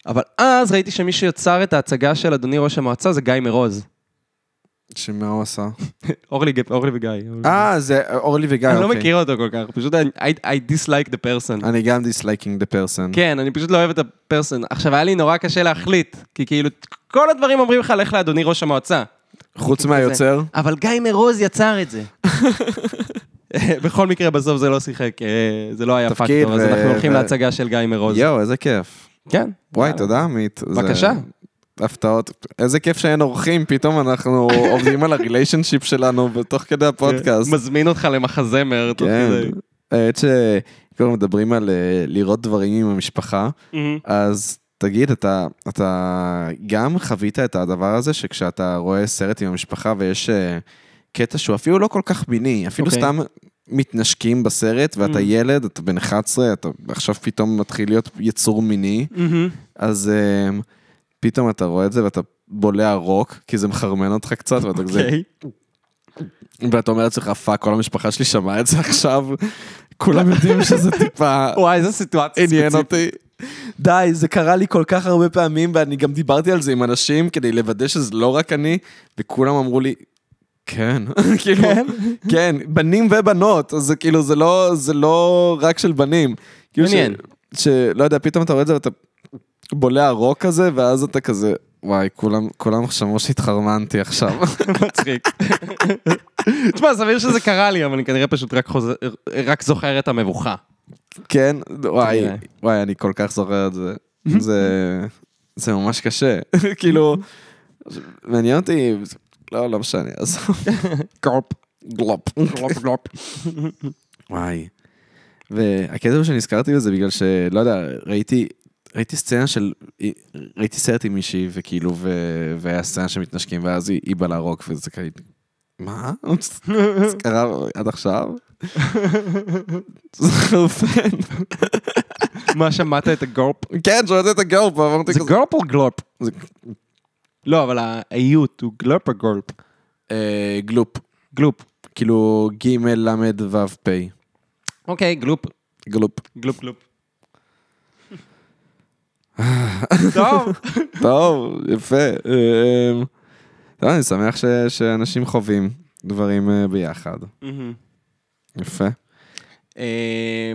S2: אבל אז ראיתי שמי שיצר את ההצגה של אדוני ראש המועצה זה גיא מרוז.
S1: שמה הוא עשה?
S2: אורלי גפ- אורלי וגיא. אורלי.
S1: [laughs] אה, זה אורלי וגיא,
S2: אני לא
S1: אוקיי.
S2: מכיר אותו כל כך, פשוט אני- I- I dislike the person.
S1: אני גם דיסלייקינג דה פרסון.
S2: כן, אני פשוט לא אוהב את הפרסון. עכשיו, היה לי נורא קשה להחליט, כי כאילו, כל הדברים אומרים לך, לך לאדוני ראש המועצה.
S1: חוץ
S2: כזה.
S1: מהיוצר?
S2: אבל גיא מרוז יצר את זה. [laughs] בכל מקרה, בסוף זה לא שיחק, אה, זה לא היה
S1: תפקיד
S2: פקטור, אז
S1: ו-
S2: אנחנו הולכים
S1: ו-
S2: להצגה של גיא מרוז.
S1: יואו, איזה כיף.
S2: כן.
S1: וואי,
S2: יאללה.
S1: תודה, עמית. זה-
S2: בבקשה.
S1: הפתעות. איזה כיף שאין אורחים, פתאום
S2: [laughs]
S1: אנחנו עובדים על הריליישנשיפ שלנו בתוך כדי הפודקאסט.
S2: מזמין אותך למחזמר. תוך
S1: כן.
S2: כדי.
S1: האמת שכבר מדברים על אה, לראות דברים עם המשפחה,
S2: מהמם.
S1: אז תגיד, אתה, אתה גם חווית את הדבר הזה שכשאתה רואה סרט עם המשפחה ויש אה, קטע שהוא אפילו לא כל כך מיני, אפילו okay.
S2: אוקיי.
S1: סתם מתנשקים בסרט ואתה
S2: Mm.
S1: ילד, אתה בן 11, אתה עכשיו פתאום מתחיל להיות יצור מיני,
S2: מהמם.
S1: אז אה, פתאום אתה רואה את זה ואתה בולע רוק, כי זה מחרמן אותך קצת, ואתה כזה,
S2: אוקיי.
S1: ואתה אומר לעצמך, פאק, כל המשפחה שלי שמעה את זה עכשיו, כולם יודעים שזה
S2: [laughs]
S1: טיפה
S2: וואי, איזה סיטואציה
S1: עניין
S2: אוקיי. ספציפית.
S1: אותי. די, זה קרה לי כל כך הרבה פעמים, ואני גם דיברתי על זה עם אנשים כדי לוודא שזה לא רק אני, וכולם אמרו לי, כן, [laughs] כאילו,
S2: כן?
S1: כן, בנים ובנות, אז זה כאילו, זה לא, זה לא רק של בנים. כאילו ש-
S2: מעניין.
S1: שלא יודע, פתאום אתה רואה את זה ואתה בולע רוק כזה, ואז אתה כזה, וואי, כולם, כולם שמעו שהתחרמנתי עכשיו. [laughs]
S2: מצחיק. [laughs] תשמע, סביר שזה קרה לי, אבל אני כנראה פשוט רק חוזר- רק זוכר את המבוכה.
S1: כן, וואי,
S2: כנראה.
S1: וואי, אני כל כך זוכר את
S2: [laughs]
S1: זה. זה, זה ממש קשה. [laughs] כאילו, מעניין אותי, לא, לא משנה,
S2: [laughs]
S1: אז... גלופ. גלופ.
S2: גלופ, גלופ.
S1: [laughs] וואי. והקטע הוא שנזכרתי בזה בגלל שלא יודע, ראיתי, ראיתי סצנה של, ראיתי סרט עם מישהי וכאילו, ו... והיה סצנה שמתנשקים ואז היא, היא בלה רוק וזה כאילו, מה? [laughs] זה קרה עד עכשיו? [laughs] זה חרפן.
S2: מה, שמעת את הגורפ?
S1: כן, שמעתי את הגרפ, ואמרתי
S2: זה
S1: כזה...
S2: גורפ או גלופ?
S1: זה-
S2: לא, אבל האיות הוא גלופ או גורפ?
S1: אה, גלופ.
S2: גלופ.
S1: כאילו ג' ל' ו' פ'.
S2: אוקיי, גלופ.
S1: גלופ.
S2: גלופ גלופ. [laughs] טוב.
S1: טוב, יפה. אה, אמ, לא, אני שמח ש- שאנשים חווים דברים אה, ביחד. יפה.
S2: אמ,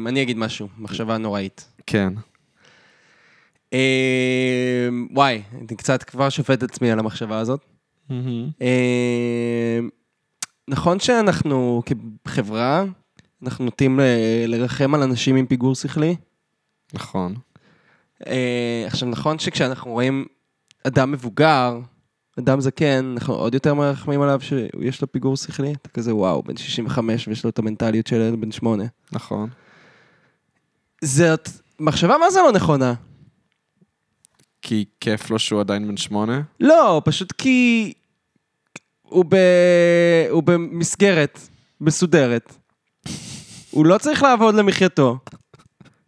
S2: אני אגיד משהו, מחשבה נוראית.
S1: כן.
S2: אמ, וואי, אני קצת כבר שופט את עצמי על המחשבה הזאת. אמ, נכון שאנחנו כחברה, אנחנו נוטים ל- לרחם על אנשים עם פיגור שכלי.
S1: נכון.
S2: אה, עכשיו, נכון שכשאנחנו רואים אדם מבוגר, אדם זקן, אנחנו עוד יותר מרחמים עליו שיש לו פיגור שכלי. אתה כזה, וואו, בן 65 ויש לו את המנטליות של ילד בן 8.
S1: נכון.
S2: זאת מחשבה מה זה לא נכונה.
S1: כי כיף לו שהוא עדיין בן שמונה?
S2: לא, פשוט כי הוא, ב... הוא במסגרת מסודרת. הוא לא צריך לעבוד למחייתו.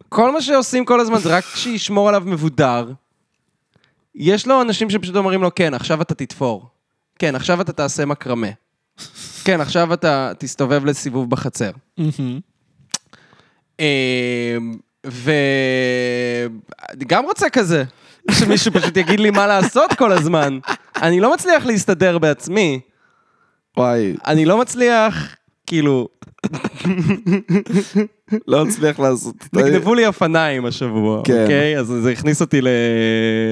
S2: כל מה שעושים כל הזמן זה רק שישמור עליו מבודר. יש לו אנשים שפשוט אומרים לו, כן, עכשיו אתה תתפור. כן, עכשיו אתה תעשה מקרמה. כן, עכשיו אתה תסתובב לסיבוב בחצר. ואני אמ, גם רוצה כזה, שמישהו פשוט יגיד לי מה לעשות כל הזמן. אני לא מצליח להסתדר בעצמי,
S1: וואי,
S2: אני לא מצליח, כאילו,
S1: לא אצליח לעשות...
S2: נגנבו לי אופניים השבוע,
S1: כן.
S2: אוקיי? אז זה הכניס אותי ל...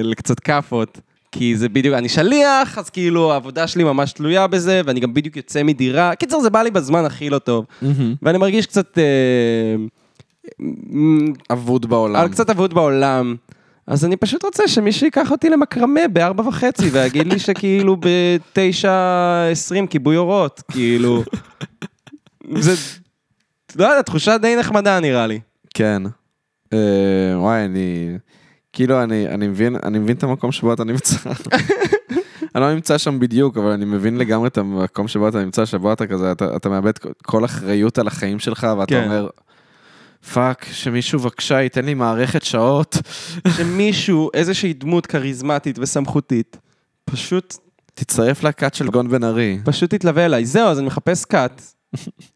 S2: לקצת כאפות. כי זה בדיוק, אני שליח, אז כאילו העבודה שלי ממש תלויה בזה, ואני גם בדיוק יוצא מדירה. קיצר, זה בא לי בזמן הכי לא טוב.
S1: מהמם.
S2: ואני מרגיש קצת אה, מ-
S1: אבוד בעולם.
S2: על קצת אבוד בעולם. אז אני פשוט רוצה שמישהו ייקח אותי למקרמה בארבע וחצי ויגיד לי שכאילו [laughs] בתשע עשרים כיבוי אורות, כאילו. זה, לא יודע, תחושה די נחמדה נראה לי.
S1: כן. אה, וואי, אני... כאילו, אני, אני, מבין, אני מבין את המקום שבו אתה [laughs] נמצא. אני לא נמצא שם בדיוק, אבל אני מבין לגמרי את המקום שבו אתה נמצא, שבו אתה כזה, אתה, אתה מאבד כל אחריות על החיים שלך, ואתה
S2: כן.
S1: אומר, פאק, שמישהו בבקשה ייתן לי מערכת שעות,
S2: שמישהו, איזושהי דמות כריזמטית וסמכותית, פשוט,
S1: תצטרף לכת של גון בן ארי.
S2: פשוט תתלווה אליי. זהו, אז אני מחפש כת.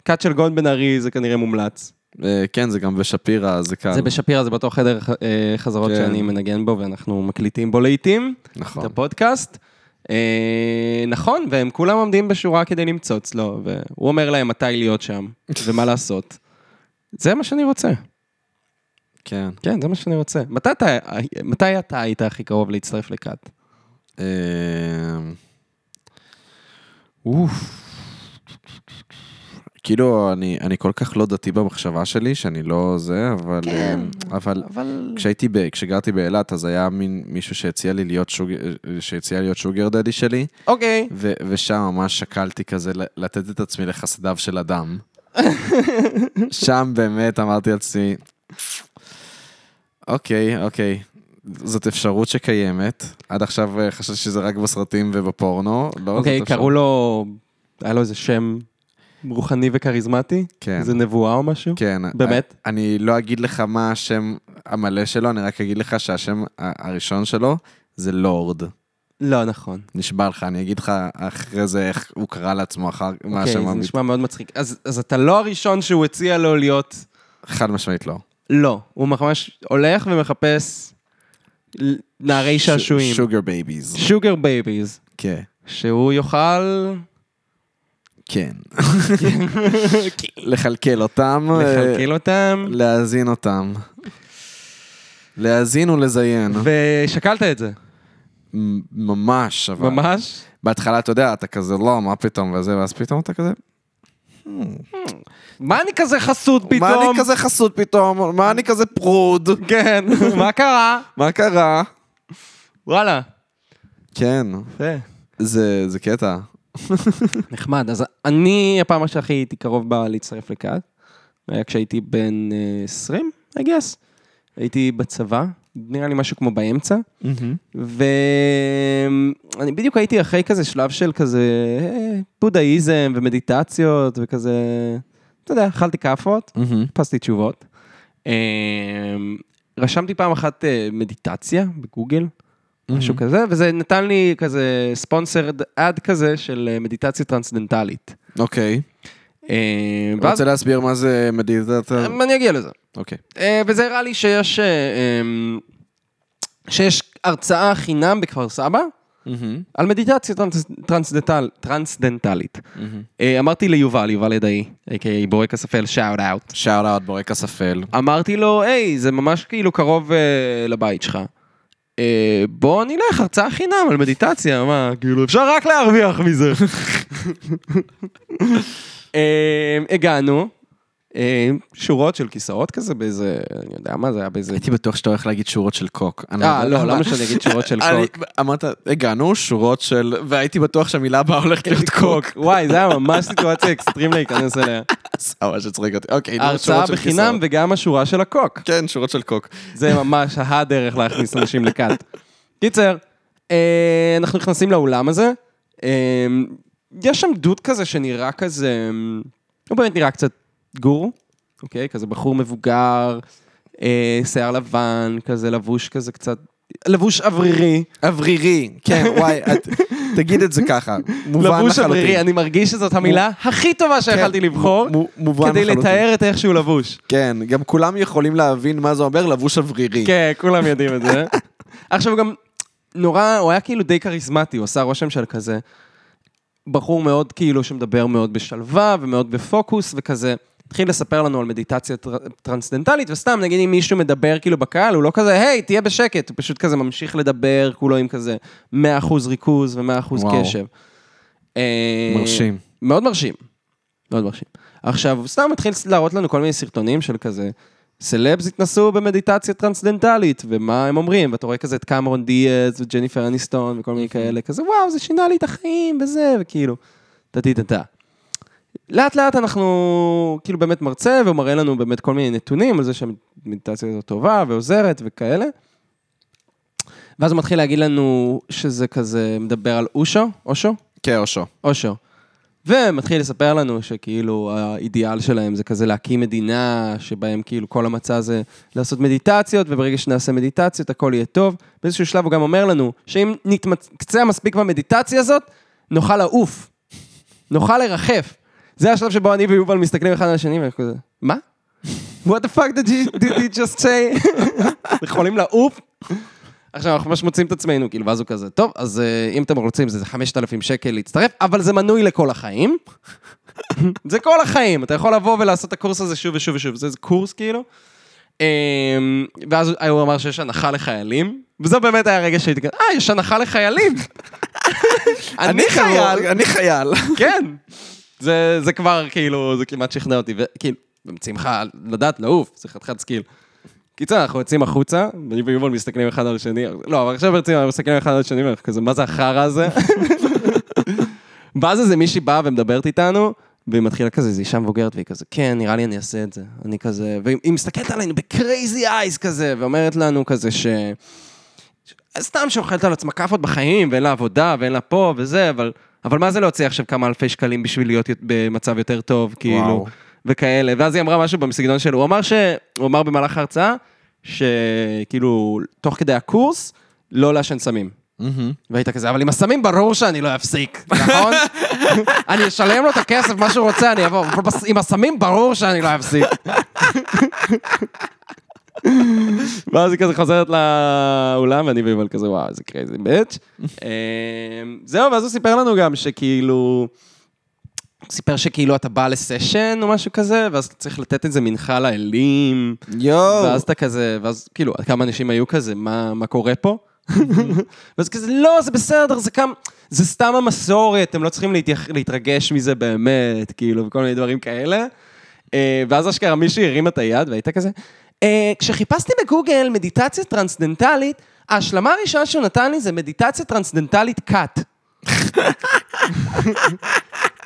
S2: כת של גון בן ארי זה כנראה מומלץ.
S1: אה, כן, זה גם בשפירא, אז זה קל.
S2: זה בשפירא, זה באותו חדר אה, חזרות
S1: כן.
S2: שאני מנגן בו ואנחנו מקליטים בו לעיתים.
S1: נכון.
S2: את הפודקאסט. אה, נכון, והם כולם עומדים בשורה כדי למצוץ לו, והוא אומר להם מתי להיות שם, ומה לעשות. זה מה שאני רוצה.
S1: כן.
S2: כן, זה מה שאני רוצה. מתי אתה, מתי אתה היית הכי קרוב להצטרף לכת?
S1: אמ, אוף. כאילו, אני, אני כל כך לא דתי במחשבה שלי, שאני לא זה, אבל...
S2: כן,
S1: אמ, אבל
S2: אבל...
S1: כשהייתי ב... כשגרתי באילת, אז היה מין מישהו שהציע לי להיות שוגר, אה, שהציע להיות שוגר דדי שלי,
S2: אוקיי.
S1: ו, ושם ממש שקלתי כזה ל- לתת את עצמי לחסדיו של
S2: [laughs]
S1: אדם. שם באמת אמרתי לעצמי, אוקיי, אוקיי, זאת אפשרות שקיימת. עד עכשיו אה, חשבתי שזה רק בסרטים ובפורנו, לא? זאת
S2: אוקיי,
S1: אפשרות.
S2: קראו לו, היה לו איזה שם רוחני וכריזמטי?
S1: כן.
S2: איזה נבואה או משהו?
S1: כן.
S2: באמת?
S1: א- אני לא אגיד לך מה השם המלא שלו, אני רק אגיד לך שהשם ה- הראשון שלו זה לורד.
S2: לא, נכון.
S1: נשבע לך, אני אגיד לך אחרי זה איך הוא קרא לעצמו אחר, מה
S2: אוקיי,
S1: השם
S2: זה
S1: האמיתי.
S2: נשמע מאוד מצחיק. אז אז אתה לא הראשון שהוא הציע לו להיות...
S1: חד משמעית לא.
S2: לא, הוא ממש הולך ומחפש ל- נערי שעשועים.
S1: שוגר בייביז.
S2: שוגר בייביז.
S1: כן.
S2: שהוא יוכל...
S1: אה, כן. לכלכל אותם. אה,
S2: לכלכל אותם.
S1: להאזין אותם. להאזין ולזיין.
S2: ושקלת את זה,
S1: מ- ממש, אבל.
S2: ממש.
S1: בהתחלה אתה יודע, אתה כזה לא, מה פתאום וזה, ואז פתאום אתה כזה,
S2: מה אני כזה חסוד פתאום?
S1: מה אני כזה חסוד פתאום? מה אני כזה פרוד?
S2: [laughs] כן, מה קרה?
S1: מה קרה?
S2: וואלה.
S1: כן,
S2: יפה.
S1: זה זה קטע.
S2: נחמד, אז אני, הפעם שהכי הייתי קרוב בה להצטרף לכת, היה כשהייתי בן אה, 20, I guess. הייתי בצבא, נראה לי משהו כמו באמצע, ואני בדיוק הייתי אחרי כזה שלב של כזה אה, בודהיזם ומדיטציות וכזה, אתה יודע, אכלתי כאפות,
S1: מהמם.
S2: חיפשתי תשובות. אמ, רשמתי פעם אחת אה, מדיטציה בגוגל, משהו כזה, וזה נתן לי כזה ספונסרד אד כזה של אה, מדיטציה טרנסדנטלית.
S1: אוקיי.
S2: אמ, ואז
S1: רוצה להסביר מה זה מדידת...
S2: אמ, אני אגיע לזה.
S1: אוקיי.
S2: אה, וזה הראה לי שיש, אה, אמ, שיש הרצאה חינם בכפר סבא על מדיטציה טרנס, טרנסדנטל, טרנסדנטלית. אה, אמרתי ליובל, יובל ידעי, a.k.a בורקס אפל, שאוט אאוט.
S1: שאוט אאוט בורקס אפל.
S2: אמרתי לו, היי, זה ממש כאילו קרוב אה, לבית שלך. אה, בוא נלך, הרצאה חינם על מדיטציה, מה, כאילו, אפשר רק להרוויח
S1: [laughs]
S2: מזה. אה, הגענו, אה, שורות של כיסאות כזה, באיזה, אני יודע מה זה היה באיזה...
S1: הייתי בטוח שאתה הולך להגיד שורות של קוק. אני
S2: אה,
S1: יודע
S2: לא, למה שאני אגיד שורות
S1: [laughs]
S2: של
S1: אני-
S2: קוק?
S1: אמרת, הגענו, שורות של... והייתי בטוח שהמילה הבאה הולכת להיות כן, קוק.
S2: וואי, זה היה ממש סיטואציה אקסטרים להיכנס אליה.
S1: זה ממש הצחיק אותי. אוקיי, נו,
S2: הרצאה
S1: שורות לא, של
S2: בחינם
S1: כיסאות.
S2: וגם השורה של הקוק.
S1: כן, שורות של קוק.
S2: זה ממש הדרך להכניס אנשים לכת. קיצר, אה, אנחנו נכנסים לאולם הזה, אה, יש שם דוד כזה שנראה כזה, אה, הוא באמת נראה קצת גורו, אוקיי? כזה בחור מבוגר, אה, שיער לבן, כזה לבוש כזה קצת, לבוש אוורירי.
S1: אוורירי. [laughs] כן, וואי, את- תגיד את זה ככה. מובן לחלוטין.
S2: לבוש אוורירי, אני מרגיש שזאת המילה הכי טובה שיכלתי
S1: כן,
S2: לבחור,
S1: מ- מ- מובן
S2: כדי
S1: לחלוטין.
S2: לתאר את איך שהוא לבוש.
S1: כן, גם כולם יכולים להבין מה זה אומר לבוש אוורירי.
S2: כן, כולם יודעים את זה. עכשיו גם, נורא, הוא היה כאילו די כריזמטי, הוא עשה רושם של כזה בחור מאוד כאילו שמדבר מאוד בשלווה ומאוד בפוקוס וכזה. התחיל לספר לנו על מדיטציה טר, טרנסדנטלית, וסתם, נגיד אם מישהו מדבר כאילו בקהל, הוא לא כזה, היי, תהיה בשקט, הוא פשוט כזה ממשיך לדבר, כולו עם כזה 100% ריכוז ו-100%
S1: וואו.
S2: קשב. אה,
S1: מרשים.
S2: מאוד מרשים. מאוד מרשים. עכשיו, הוא סתם התחיל להראות לנו כל מיני סרטונים של כזה, סלבס התנסו במדיטציה טרנסדנטלית, ומה הם אומרים, ואתה רואה כזה את קמרון דיאז וג'ניפר אניסטון וכל מיני כאלה, כזה וואו, זה שינה לי את החיים וזה, וכאילו, טה-טה-טה. לאט לאט אנחנו, כאילו באמת מרצה, והוא מראה לנו באמת כל מיני נתונים על זה שהמדיטציה הזאת טובה ועוזרת וכאלה. ואז הוא מתחיל להגיד לנו שזה כזה מדבר על אושו, אושו,
S1: כן, אושו.
S2: אושר. ומתחיל לספר לנו שכאילו האידיאל שלהם זה כזה להקים מדינה, שבהם כאילו כל המצע זה לעשות מדיטציות, וברגע שנעשה מדיטציות הכל יהיה טוב. באיזשהו שלב הוא גם אומר לנו, שאם נתמקצע מספיק במדיטציה הזאת, נוכל לעוף, נוכל לרחף. זה השלב שבו אני ויובל מסתכלים אחד על השני ואנחנו כזה, מה? [laughs] What the fuck did you, did you just say? יכולים לעוף? עכשיו, אנחנו ממש מוצאים את עצמנו, כאילו, ואז הוא כזה, טוב, אז אה, אם אתם רוצים, זה 5,000 שקל להצטרף, אבל זה מנוי לכל החיים. [laughs] זה כל החיים, אתה יכול לבוא ולעשות את הקורס הזה שוב ושוב ושוב, זה איזה קורס כאילו. אה, ואז הוא- הוא אמר שיש הנחה לחיילים, וזה באמת היה הרגע שהייתי כזה, אה, יש הנחה לחיילים.
S1: אני חייל, אני חייל.
S2: כן. זה, זה כבר, כאילו, זה כמעט שכנע אותי, וכאילו, ממציאים לך לדעת לעוף, זה חתיכת סקיל. קיצר, אנחנו יוצאים החוצה, ואני ויובל מסתכלים אחד על השני, לא, אבל עכשיו ברצינות, אנחנו מסתכלים אחד על השני, ואנחנו כזה, מה זה החרא הזה? ואז איזה מישהי באה ומדברת איתנו, והיא מתחילה כזה, זו אישה מבוגרת, והיא כזה, כן, נראה לי אני אעשה את זה. אני כזה, והיא מסתכלת עלינו בקרייזי אייז כזה, ואומרת לנו כזה ש... סתם שאוכלת על עצמה כאפות בחיים, ואין לה עבודה, ואין לה פה, וזה, אבל... אבל מה זה להוציא עכשיו כמה אלפי שקלים בשביל להיות יות- במצב יותר טוב, כאילו,
S1: וואו.
S2: וכאלה. ואז היא אמרה משהו בסגנון שלו, הוא אמר ש... הוא אמר במהלך ההרצאה, שכאילו, תוך כדי הקורס, לא לעשן סמים. והיית כזה, אבל עם הסמים ברור שאני לא אפסיק, [laughs] נכון? אני אשלם לו את הכסף, מה שהוא רוצה, אני אבוא, אבל בס- עם הסמים ברור שאני לא אפסיק. [laughs] ואז היא כזה חוזרת לאולם, ואני ויובל כזה, וואו, איזה קרייזי ביץ'. [laughs] אה, זהו, ואז הוא סיפר לנו גם שכאילו... הוא סיפר שכאילו אתה בא לסשן או משהו כזה, ואז צריך לתת איזה מנחה לאלים.
S1: יואו.
S2: ואז אתה כזה, ואז כאילו, כמה אנשים היו כזה, מה, מה קורה [laughs] פה? ואז כזה, לא, זה בסדר, זה כמה... זה סתם המסורת, אתם לא צריכים להתייח... להתרגש מזה באמת, כאילו, וכל מיני דברים כאלה. אה, ואז אשכרה מישהי הרימה את היד והייתה כזה. אה, כשחיפשתי בגוגל מדיטציה טרנסדנטלית, ההשלמה הראשונה שהוא נתן לי זה מדיטציה טרנסדנטלית קאט.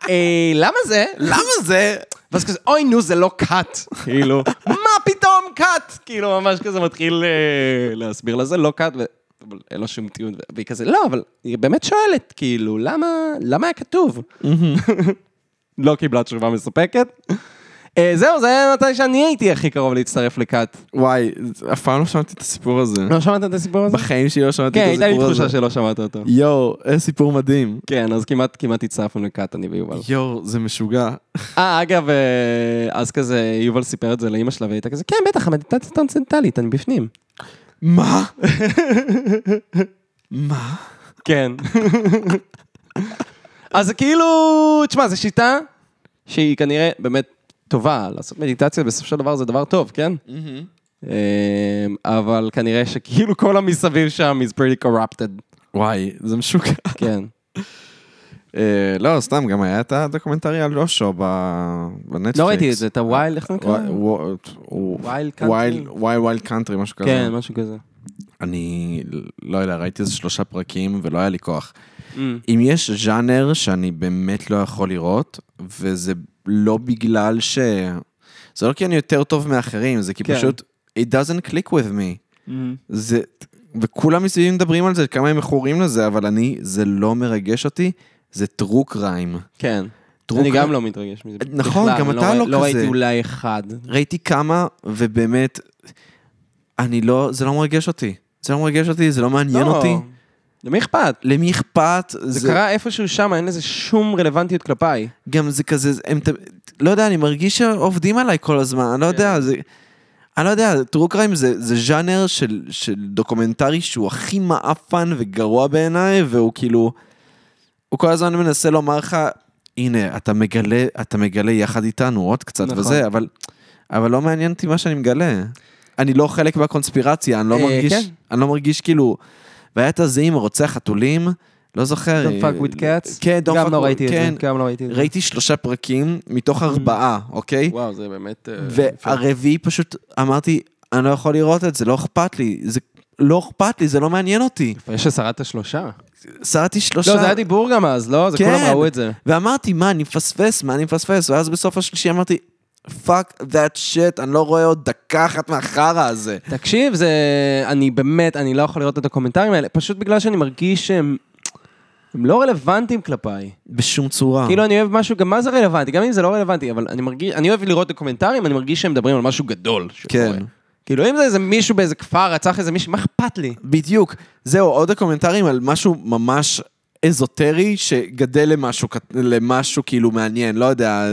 S2: אה, למה זה?
S1: למה זה?
S2: ואז כזה, אוי נו, זה לא קאט. כאילו, מה פתאום קאט? כאילו, ממש כזה מתחיל אה, להסביר לה, זה לא קאט, ו- אבל אין לו שום טיעון. ו- והיא כזה, לא, אבל היא באמת שואלת, כאילו, למה, למה היה כתוב? Mm-hmm. לא קיבלה תשובה מספקת. אה, זהו, זה היה מתי שאני הייתי הכי קרוב להצטרף לקאט.
S1: וואי, אף פעם לא שמעתי את הסיפור הזה.
S2: לא שמעת את הסיפור הזה?
S1: בחיים שלי לא שמעתי
S2: כן,
S1: את
S2: הייתה לי
S1: הסיפור הזה.
S2: תחושה שלא שמעת אותו.
S1: יואו, איזה סיפור מדהים.
S2: כן, אז כמעט, כמעט הצטרפנו לקאט, אני ויובל.
S1: יואו, זה משוגע.
S2: אה, אגב, אה, אז כזה, יובל סיפר את זה לאימא שלה, והיא הייתה כזה, כן, בטח, המדיטציה טרנסנטלית, אני בפנים. [laughs]
S1: מה? מה?
S2: כן. אז זה כאילו, תשמע, זו שיטה שהיא כנראה באמת טובה, לעשות מדיטציה בסופו של דבר זה דבר טוב, כן?
S1: Mm-hmm.
S2: אמ, אבל כנראה שכאילו כל המסביב שם is pretty corrupted,
S1: וואי, זה משוגע. [laughs]
S2: כן.
S1: אה, לא, סתם, גם היה את הדוקומנטרי על אושו ב- בנטפליקס.
S2: לא ראיתי את זה, את הווייל, איך נקרא?
S1: כן. ווילד
S2: Wild Country?
S1: קאנטרי. ווילד קאנטרי, משהו כזה.
S2: כן, משהו כזה.
S1: אני לא יודע, ראיתי איזה שלושה פרקים ולא היה לי כוח. אם יש ז'אנר שאני באמת לא יכול לראות, וזה לא בגלל ש... זה לא כי אני יותר טוב מאחרים, זה כי
S2: כן.
S1: פשוט, it doesn't click with me.
S2: Mm.
S1: זה, וכולם מסביבי מדברים על זה, כמה הם מכורים לזה, אבל אני, זה לא מרגש אותי, זה טרו קריים.
S2: כן.
S1: טרו
S2: אני
S1: קריים.
S2: גם לא מתרגש מזה.
S1: נכון,
S2: בכלל,
S1: גם
S2: אני
S1: אתה
S2: ראי-
S1: לא
S2: לא
S1: כזה.
S2: ראיתי אולי אחד.
S1: ראיתי כמה, ובאמת, אני לא, זה לא מרגש אותי. זה לא מרגש אותי, זה לא מעניין
S2: לא,
S1: אותי.
S2: למי אכפת?
S1: למי אכפת?
S2: זה קרה איפשהו שם, אין לזה שום רלוונטיות כלפיי.
S1: גם זה כזה, הם, ת- לא יודע, אני מרגיש שעובדים עליי כל הזמן, אני לא יודע, זה... אני לא יודע, טרו קריים זה, זה ז'אנר של, של דוקומנטרי שהוא הכי מעפן וגרוע בעיניי, והוא כאילו... הוא כל הזמן מנסה לומר לך, הנה, אתה מגלה, אתה מגלה יחד איתנו עוד קצת
S2: נכון.
S1: נכון. וזה, אבל, אבל לא מעניין אותי מה שאני מגלה. אני לא חלק מהקונספירציה, אני לא
S2: אה,
S1: מרגיש,
S2: כן.
S1: אני לא מרגיש כאילו... והיה את הזה עם רוצח חתולים, לא זוכר.
S2: Don't fuck with cats?
S1: כן, Don't fuck
S2: גם לא
S1: with-
S2: ראיתי את זה,
S1: כן,
S2: גם לא ראיתי את זה.
S1: ראיתי שלושה פרקים מתוך ארבעה, אוקיי?
S2: וואו, זה באמת... אה, יפה.
S1: והרביעי פשוט אמרתי, אני לא יכול לראות את זה, לא אכפת לי. זה לא אכפת לי, זה לא מעניין אותי.
S2: יפה ששרדת שלושה.
S1: שרדתי שלושה...
S2: לא, זה היה דיבור גם אז, לא? זה
S1: כן.
S2: כולם ראו את זה.
S1: ואמרתי, מה, אני מפספס, מה אני מפספס? ואז בסוף השלישי אמרתי, fuck that shit, אני לא רואה עוד דקה אחת מהחרא הזה.
S2: תקשיב, זה... אני באמת, אני לא יכול לראות את הקומנטרים האלה, פשוט בגלל שאני מרגיש שהם... הם לא רלוונטיים כלפיי.
S1: בשום צורה.
S2: כאילו, אני אוהב משהו, גם מה זה רלוונטי? גם אם זה לא רלוונטי, אבל אני מרגיש... אני אוהב לראות דוקומנטרים, אני מרגיש שהם מדברים על משהו גדול. שקורה.
S1: כן.
S2: כאילו, אם זה איזה מישהו באיזה כפר רצח איזה מישהו, מה אכפת לי?
S1: בדיוק. זהו, עוד הקומנטרים על משהו ממש אזוטרי שגדל למשהו, כת- למשהו כאילו מעניין, לא יודע.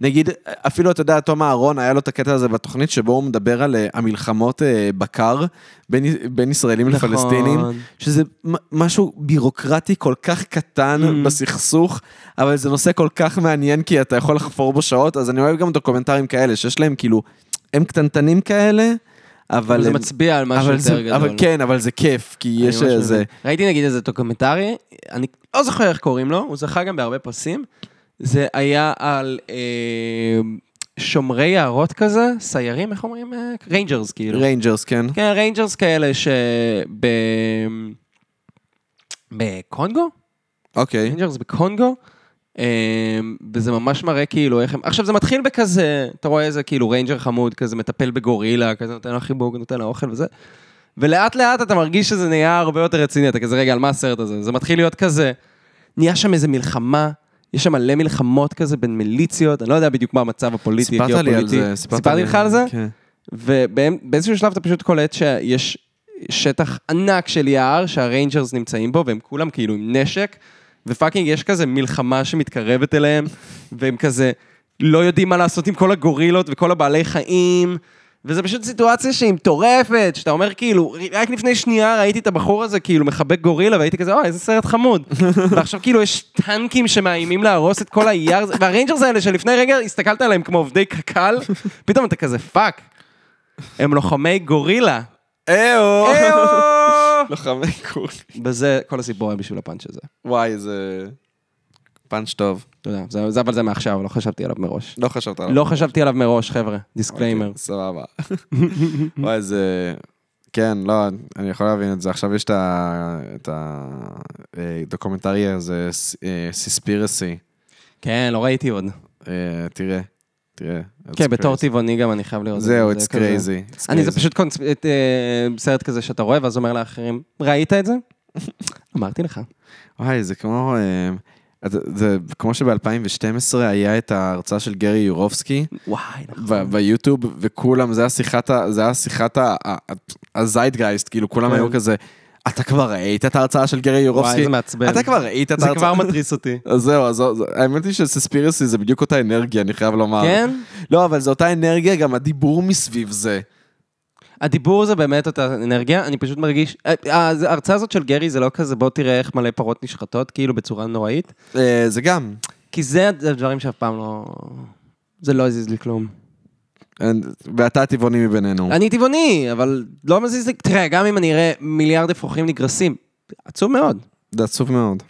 S1: נגיד, אפילו, אתה יודע, תום אהרון, היה לו את הקטע הזה בתוכנית, שבו הוא מדבר על אה, המלחמות אה, בקר בין, בין ישראלים
S2: נכון.
S1: לפלסטינים, שזה מ- משהו בירוקרטי כל כך קטן
S2: Mm.
S1: בסכסוך, אבל זה נושא כל כך מעניין, כי אתה יכול לחפור בו שעות, אז אני אוהב גם דוקומנטרים כאלה, שיש להם כאילו, הם קטנטנים כאלה, אבל...
S2: זה
S1: הם-
S2: מצביע על משהו
S1: אבל
S2: יותר
S1: זה-
S2: גדול.
S1: אבל כן, אבל זה כיף, כי
S2: אני
S1: יש
S2: ממש
S1: איזה...
S2: מבין. ראיתי נגיד איזה דוקומנטרי, אני לא זוכר איך קוראים לו, הוא זכה גם בהרבה פרסים. זה היה על אה, שומרי יערות כזה, סיירים, איך אומרים? אה, ריינג'רס כאילו.
S1: ריינג'רס, כן.
S2: כן, ריינג'רס כאלה שב... בקונגו?
S1: אוקיי.
S2: רנג'רס בקונגו, אמ, וזה ממש מראה כאילו איך הם... עכשיו זה מתחיל בכזה, אתה רואה איזה כאילו ריינג'ר חמוד, כזה מטפל בגורילה, כזה נותן לה חיבוק, נותן לה אוכל וזה, ולאט לאט אתה מרגיש שזה נהיה הרבה יותר רציני, אתה כזה, רגע, על מה הסרט הזה? זה מתחיל להיות כזה, נהיה שם איזה מלחמה. יש שם מלא מלחמות כזה בין מיליציות, אני לא יודע בדיוק מה המצב הפוליטי,
S1: סיפרת לי על זה,
S2: סיפרתי לך על זה?
S1: כן.
S2: ובאיזשהו שלב אתה פשוט קולט שיש שטח ענק של יער שהריינג'רס נמצאים בו, והם כולם כאילו עם נשק, ופאקינג יש כזה מלחמה שמתקרבת אליהם, והם כזה לא יודעים מה לעשות עם כל הגורילות וכל הבעלי חיים. וזה פשוט סיטואציה שהיא מטורפת, שאתה אומר כאילו, רק לפני שנייה ראיתי את הבחור הזה כאילו מחבק גורילה, והייתי כזה, אוי, איזה סרט חמוד. ועכשיו כאילו יש טנקים שמאיימים להרוס את כל היער, הזה, והריינג'רס האלה שלפני רגע הסתכלת עליהם כמו עובדי קק"ל, פתאום אתה כזה, פאק, הם לוחמי גורילה.
S1: אהו! [laughs]
S2: אהו!
S1: לוחמי קורס.
S2: בזה, כל הסיפור היה בשביל הפאנץ' הזה.
S1: וואי, זה... פאנץ' טוב.
S2: תודה. זה- זה- אבל זה מעכשיו, לא חשבתי עליו מראש.
S1: לא חשבת עליו.
S2: לא חשבתי עליו מראש, חבר'ה. דיסקליימר.
S1: אוקיי, סבבה. [laughs] וואי, זה... כן, לא, אני יכול להבין את זה. עכשיו יש את ה- את הדוקומנטרי הזה, ס- אה, סיספירסי.
S2: כן, לא ראיתי עוד.
S1: אה, תראה, תראה. it's
S2: כן, בתור
S1: crazy.
S2: טבעוני גם אני חייב לראות. את
S1: זהו,
S2: זה,
S1: it's
S2: זה כזה-
S1: crazy. it's
S2: אני, זה
S1: crazy.
S2: פשוט קונצ... את, אה, סרט כזה שאתה רואה, ואז אומר לאחרים, ראית
S1: [laughs]
S2: את זה? אמרתי לך.
S1: וואי, זה כמו... אה, זה- זה כמו שב-2012 היה את ההרצאה של גרי יורובסקי.
S2: וואי,
S1: ב- ביוטיוב, וכולם, זה היה שיחת, ה- זה היה שיחת ה- ה- הזיידגייסט, כאילו כולם
S2: כן.
S1: היו כזה, אתה כבר ראית את ההרצאה של גרי
S2: וואי,
S1: יורובסקי?
S2: זה מעצבן.
S1: אתה כבר ראית את
S2: זה
S1: ההרצאה? [laughs]
S2: כבר מתריס אותי.
S1: אז זהו, אז זו- זו- האמת היא שסספירסי זה בדיוק אותה אנרגיה, אני חייב לומר.
S2: כן?
S1: לא, אבל זו אותה אנרגיה, גם הדיבור מסביב זה.
S2: הדיבור זה באמת אותה אנרגיה, אני פשוט מרגיש... אה, ההרצאה הזאת של גרי זה לא כזה, בוא תראה איך מלא פרות נשחטות, כאילו בצורה נוראית.
S1: אה, זה גם.
S2: כי זה הדברים שאף פעם לא... זה לא הזיז לי כלום.
S1: אין- ואתה הטבעוני מבינינו.
S2: אני טבעוני, אבל לא מזיז לי... תראה, גם אם אני אראה מיליארד אפרוחים נגרסים, עצוב מאוד.
S1: זה עצוב מאוד.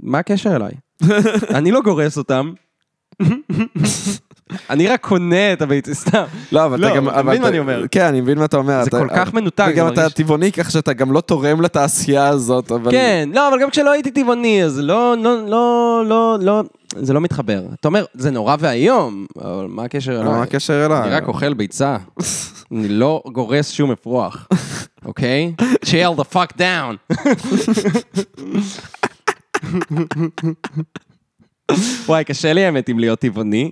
S2: מה הקשר [laughs] אליי? אני לא גורס אותם. [laughs] אני רק קונה את הביצים, סתם.
S1: לא, אבל
S2: לא, אה,
S1: אתה גם...
S2: אתה
S1: אבל
S2: מבין מה אני אומר.
S1: כן, אני מבין מה אתה אומר.
S2: זה
S1: אתה-
S2: כל כך מנותק,
S1: וגם
S2: זה
S1: אתה
S2: מרגיש-
S1: טבעוני, כך שאתה גם לא תורם לתעשייה הזאת, אבל...
S2: כן, לא, אבל גם כשלא הייתי טבעוני, אז לא, לא, לא, לא, לא, זה לא מתחבר. אתה אומר, זה נורא ואיום, אבל מה הקשר
S1: מה
S2: אליי?
S1: הקשר אליי?
S2: אה, אני רק אוכל ביצה. אני לא גורס שום אפרוח, אוקיי? chill the fuck down. וואי, קשה לי האמת עם להיות טבעוני,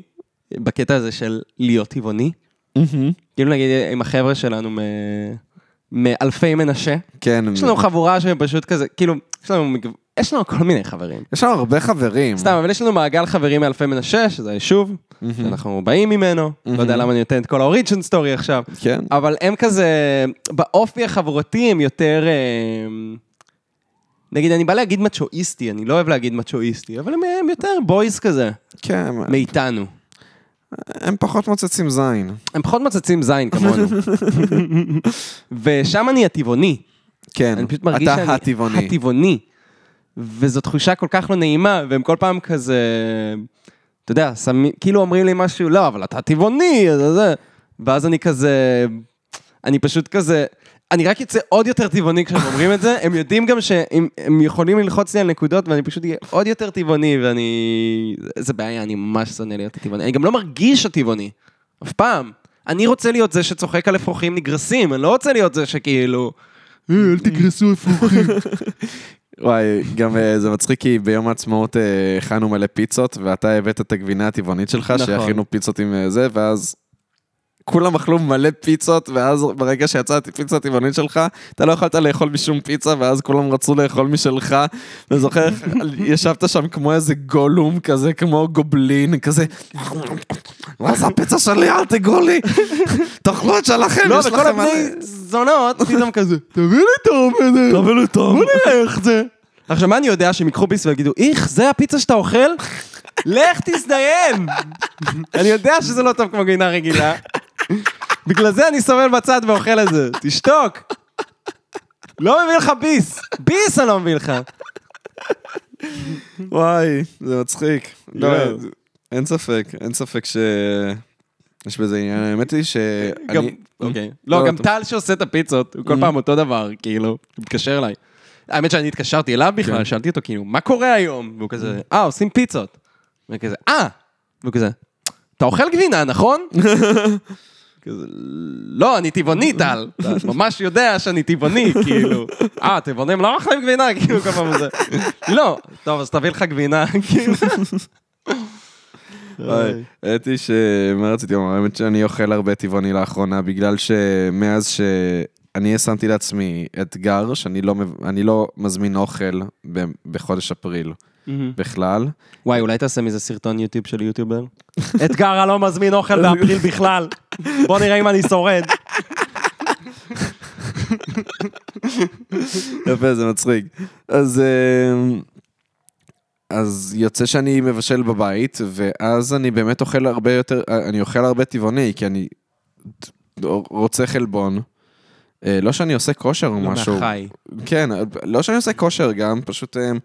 S2: בקטע הזה של להיות טבעוני.
S1: מהמם.
S2: כאילו נגיד עם החבר'ה שלנו מ... מאלפי מנשה.
S1: כן.
S2: יש לנו חבורה שהם פשוט כזה, כאילו, יש לנו, מגו- יש לנו כל מיני חברים.
S1: יש לנו הרבה חברים.
S2: סתם, אבל יש לנו מעגל חברים מאלפי מנשה, שזה היישוב, שאנחנו באים ממנו, לא יודע למה אני נותן את כל האוריג'ן סטורי עכשיו,
S1: כן.
S2: אבל הם כזה, באופי החברתי הם יותר... אה, נגיד, אני בא להגיד מצ'ואיסטי, אני לא אוהב להגיד מצ'ואיסטי, אבל הם, הם יותר בויז כזה,
S3: אוקיי.
S1: כן, הם-
S2: מאיתנו.
S1: הם פחות מוצצים זין.
S2: הם פחות מצצים זין כמונו. ושם אני הטבעוני.
S1: כן.
S2: אני פשוט מרגיש שאני...
S1: אתה הטבעוני.
S2: הטבעוני. וזו תחושה כל כך לא נעימה, והם כל פעם כזה... אתה יודע, שמי, כאילו אומרים לי משהו, לא, אבל אתה טבעוני, אז זה... ואז אני כזה... אני פשוט כזה... אני רק אצא עוד יותר טבעוני כשהם אומרים את זה, הם יודעים גם שהם הם יכולים ללחוץ לי על נקודות ואני פשוט אהיה עוד יותר טבעוני ואני... זה בעיה, אני ממש שונא להיות טבעוני. אני גם לא מרגיש הטבעוני, אף פעם. אני רוצה להיות זה שצוחק על אפרוחים נגרסים, אני לא רוצה להיות זה שכאילו... "אה, אל תגרסו אפרוחים.
S1: וואי, גם אה, זה מצחיק כי ביום העצמאות אה, הכנו מלא פיצות, ואתה הבאת את הגבינה הטבעונית שלך,
S2: נכון.
S1: שהכינו פיצות עם אה, זה, ואז כולם אכלו מלא פיצות, ואז ברגע שיצאתי פיצה טבעונית שלך, אתה לא יכולת לאכול משום פיצה, ואז כולם רצו לאכול משלך. ואני זוכר, איך ישבת שם כמו איזה גולום כזה, כמו גובלין, כזה, מה זה הפיצה שלי, אל תיגעו לי, תאכלו את שלכם,
S2: לא,
S1: יש
S2: וכל
S1: לכם...
S2: הבני [laughs] זונות, פתאום כזה, תביא לי טוב,
S1: תביאו לי טוב.
S2: בוא נראה איך זה. עכשיו, מה אני יודע שהם ייקחו ביס ויגידו, איך, זה הפיצה שאתה אוכל? לך תזדיין! [laughs] אני יודע שזה לא טוב כמו גינה רגילה. בגלל [laughs] זה אני סובל בצד ואוכל את זה. תשתוק. לא מביא לך ביס. ביס אני לא מביא לך.
S1: וואי, זה מצחיק. לא,
S2: יואו.
S1: זה- אין ספק, אין ספק ש... יש בזה עניין, האמת היא
S2: גם-
S1: שאני...
S2: אוקיי. לא,
S1: לא,
S2: גם
S1: אתה- Mm-hmm.
S2: טל שעושה את הפיצות, הוא כל פעם אותו דבר, כאילו, הוא מתקשר אליי. האמת שאני התקשרתי אליו בכלל,
S1: כן.
S2: שאלתי אותו, כאילו, מה קורה היום? והוא כזה, אה, עושים פיצות. ואני כזה, אה! והוא כזה, אתה אוכל גבינה, נכון? [laughs] כזה, לא, אני טבעוני, טל. אתה ממש יודע שאני טבעוני, כאילו. אה, טבעונים לא אוכלים גבינה, [laughs] כאילו, כל פעם זה. לא, טוב, אז תביא לך גבינה, [laughs] כאילו.
S1: וואי, האמת היא ש... מה רציתי לומר? האמת שאני אוכל הרבה טבעוני לאחרונה, בגלל שמאז ש... אני שמתי לעצמי אתגר שאני לא, מב- אני לא מזמין אוכל ב, בחודש אפריל בכלל.
S2: וואי, אולי תעשה מזה סרטון יוטיוב של יוטיובר? [laughs] אתגר הלא מזמין
S1: [laughs]
S2: אוכל באפריל בכלל. בוא נראה אם אני שורד.
S1: יפה, זה מצחיק. אז, אמ, אז יוצא שאני מבשל בבית, ואז אני באמת אוכל הרבה יותר, אה, אני אוכל הרבה טבעוני, כי אני רוצה חלבון. אה, לא שאני עושה כושר או [laughs] משהו. כן, לא שאני עושה כושר גם, פשוט הם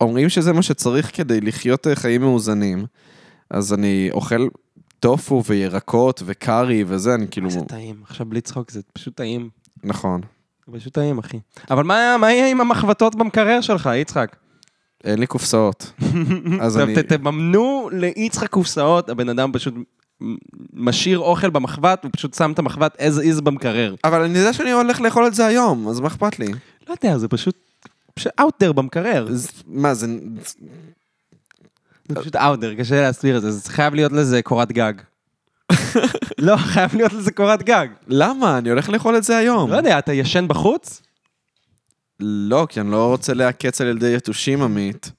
S1: אומרים שזה מה שצריך כדי לחיות אה, חיים מאוזנים. אז אני אוכל טופו וירקות וקארי וזה, אני כאילו...
S2: זה טעים, עכשיו בלי צחוק, זה פשוט טעים.
S1: נכון.
S2: זה פשוט טעים, אחי. אבל מה מה יהיה עם המחבטות במקרר שלך, יצחק?
S1: אין לי
S2: [laughs]
S1: קופסאות. אז
S2: טוב,
S1: אני...
S2: ת- תממנו ליצחק קופסאות, הבן אדם פשוט מ- משאיר אוכל במחבת, הוא פשוט שם את המחבת as is במקרר.
S1: אבל אני יודע שאני הולך לאכול את זה היום, אז מה אכפת לי?
S2: לא יודע, זה פשוט... פשוט out there במקרר.
S1: אז מה, זה...
S2: זה פשוט אאודר, קשה להסביר את זה, זה חייב להיות לזה
S1: [laughs]
S2: קורת גג. לא, חייב להיות לזה קורת גג.
S1: למה? אני הולך לאכול את זה היום.
S2: לא יודע, אתה ישן בחוץ?
S1: לא, כי אני לא רוצה לעקץ על ילדי יתושים, עמית.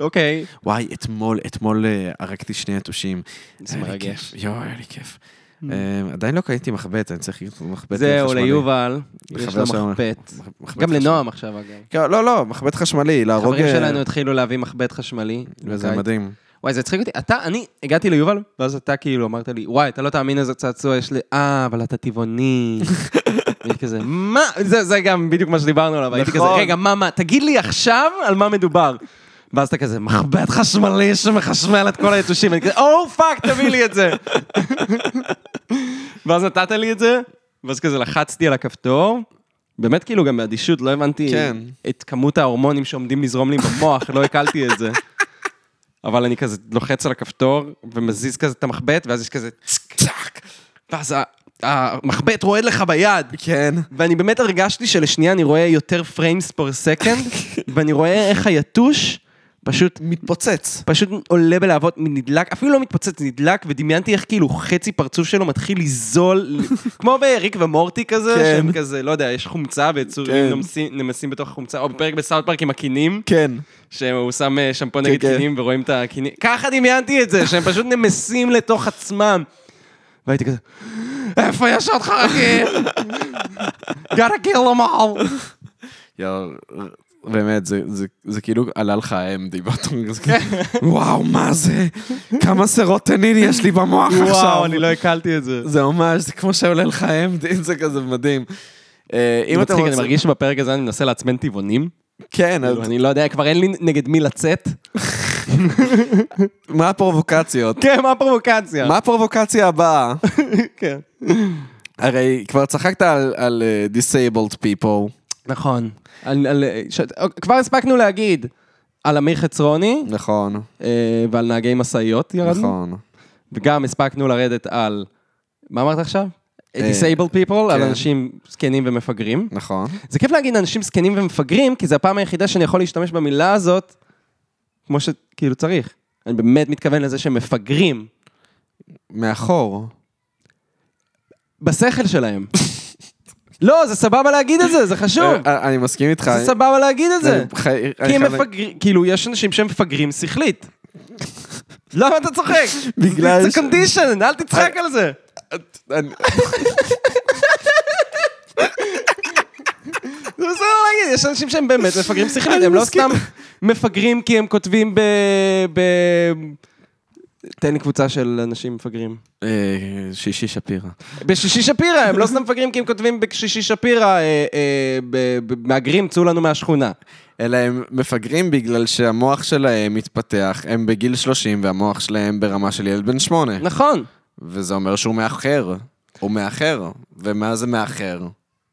S2: אוקיי.
S1: וואי, אתמול, אתמול אה, הרגתי שני יתושים.
S2: זה
S1: היה לי
S2: מרגש.
S1: כיף. יואו, היה לי כיף. אה, עדיין לא קניתי מחבט, אני צריך לקנות מחבט
S2: Mm. זהו,
S1: חשמלי.
S2: ליובל, יש
S1: לחבר
S2: לו
S1: שלנו.
S2: מחבט.
S1: מחבט
S2: גם
S1: חשמלי.
S2: לנועם עכשיו, אגב.
S1: כן, לא, לא, מחבט חשמלי, להרוג...
S2: חברים
S1: אה,
S2: שלנו התחילו להביא מחבט חשמלי.
S1: וזה
S2: בקיץ.
S1: מדהים.
S2: וואי, זה הצחיק אותי. אתה, אני הגעתי ליובל, ואז אתה כאילו אמרת לי, וואי, אתה לא תאמין איזה צעצוע יש לי, אה, אבל אתה טבעוני.
S1: [laughs]
S2: הייתי כזה, מה? זה, זה גם בדיוק מה שדיברנו עליו. הייתי כזה,
S1: נכון.
S2: רגע, מה, מה, תגיד לי עכשיו על מה מדובר. ואז אתה כזה, מחבט חשמלי שמחשמל את כל היתושים. אני כזה, או פאק, תביא לי את זה. [laughs] ואז נתת לי את זה, ואז כזה לחצתי על הכפתור. באמת כאילו גם באדישות, לא הבנתי
S1: כן.
S2: את כמות ההורמונים שעומדים לזרום לי במוח, לא הקלתי את זה. אבל אני כזה לוחץ על הכפתור ומזיז כזה את המחבט, ואז יש כזה צק צק, ואז ה- המחבט רועד לך ביד.
S1: כן.
S2: ואני באמת הרגשתי שלשנייה אני רואה יותר פריימס פר סקנד,
S1: [laughs]
S2: ואני רואה איך היתוש פשוט...
S1: מתפוצץ.
S2: פשוט עולה בלהבות, נדלק, אפילו לא מתפוצץ, נדלק, ודמיינתי איך כאילו חצי פרצוף שלו מתחיל לזול, [laughs] כמו בריק ומורטי כזה,
S1: כן.
S2: שהם כזה, לא יודע, יש חומצה ויצורים
S1: כן.
S2: נמסים- נמסים בתוך החומצה, או בפרק בסאוט פארק עם הכינים,
S1: כן.
S2: שהוא שם אה, שמפו נגד
S1: כן.
S2: קינים ורואים את הקינים. ככה דמיינתי את זה, שהם פשוט נמסים לתוך עצמם. והייתי כזה, איפה יש עוד חרקים? gotta kill them all.
S1: יואו, באמת, זה- זה- זה כאילו עלה לך האם, דיברת. זה כאילו, [laughs] וואו, מה זה? כמה סירות טנין יש לי במוח עכשיו.
S2: וואו, אני לא הקלתי את זה.
S1: זה ממש, זה כמו שעולה לך האם, זה כזה מדהים. אה,
S2: אם
S1: אם אתם
S2: אני
S1: רוצים...
S2: מרגיש שבפרק הזה אני מנסה לעצמן טבעונים.
S1: כן, אז
S2: כאילו, אני לא יודע, כבר אין לי נגד מי לצאת.
S1: מה הפרובוקציות?
S2: כן, מה הפרובוקציה?
S1: מה הפרובוקציה הבאה?
S2: כן.
S1: הרי כבר צחקת על- על אה, disabled people.
S2: נכון. על- על- ש- אוקיי, כבר הספקנו להגיד על אמיר חצרוני
S1: נכון,
S2: אה, ועל נהגי משאיות ירדנו.
S1: נכון.
S2: וגם הספקנו לרדת על... מה אמרת עכשיו?
S1: אה,
S2: Disabled people, על
S1: כן.
S2: אנשים זקנים ומפגרים.
S1: נכון.
S2: זה כיף להגיד אנשים זקנים ומפגרים, כי זו הפעם היחידה שאני יכול להשתמש במילה הזאת כמו שכאילו צריך. אני באמת מתכוון לזה שהם מפגרים.
S1: מאחור.
S2: בשכל
S1: [laughs]
S2: שלהם. לא, זה סבבה להגיד את זה, זה חשוב.
S1: אה, אני מסכים איתך.
S2: לא. זה סבבה להגיד את זה.
S1: אני חי- אני
S2: כי הם
S1: חייב-
S2: מפגרים, כאילו, יש אנשים שהם מפגרים שכלית. למה אתה צוחק?
S1: בגלל
S2: זה
S1: ש- אה,
S2: קונדישן, אל תצחק על זה.
S1: אני-
S2: זה בסדר להגיד, יש אנשים שהם באמת מפגרים שכלית,
S1: אני
S2: הם לא
S1: מסכים.
S2: סתם מפגרים כי הם כותבים ב... ב... תן לי קבוצה של אנשים מפגרים.
S1: אה, שישי שפירא.
S2: בשישי שפירא, הם לא סתם מפגרים כי הם כותבים בשישי שפירא, אה, אה, ב- ב- מהגרים צאו לנו מהשכונה.
S1: אלא הם מפגרים בגלל שהמוח שלהם מתפתח, הם בגיל 30 והמוח שלהם ברמה של ילד בן 8.
S2: נכון.
S1: וזה אומר שהוא מאחר. הוא מאחר. ומה זה מאחר?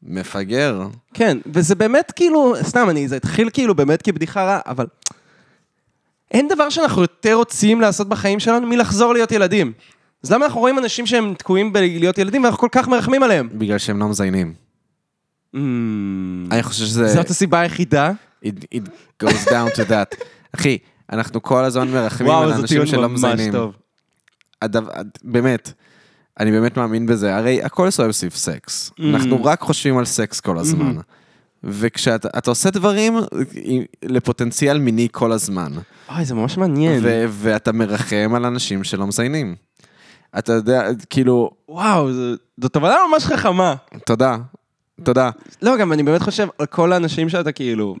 S1: מפגר.
S2: כן, וזה באמת כאילו, סתם, אני, זה התחיל כאילו באמת כבדיחה רעה, אבל אין דבר שאנחנו יותר רוצים לעשות בחיים שלנו מלחזור להיות ילדים. אז למה אנחנו רואים אנשים שהם תקועים בלהיות ילדים ואנחנו כל כך מרחמים עליהם?
S1: בגלל שהם לא מזיינים. Mm. אני חושב שזה...
S2: אה, זאת הסיבה היחידה.
S1: It, it goes down to that. אחי, אנחנו כל הזמן מרחמים על
S2: וואו, זה
S1: אנשים שלא
S2: טיעון ממש
S1: מזיינים.
S2: טוב.
S1: הדבר, באמת, אני באמת מאמין בזה. הרי הכל סובב סביב סקס. אנחנו רק חושבים על סקס כל הזמן. Mm-hmm. וכשאתה אתה עושה דברים עם- לפוטנציאל מיני כל הזמן,
S2: אוי, זה ממש מעניין.
S1: ו- ואתה מרחם על אנשים שלא מזיינים. אתה יודע, כאילו,
S2: וואו, זה- זו תובנה ממש חכמה.
S1: תודה, תודה.
S2: לא, גם אני באמת חושב על כל האנשים שאתה כאילו...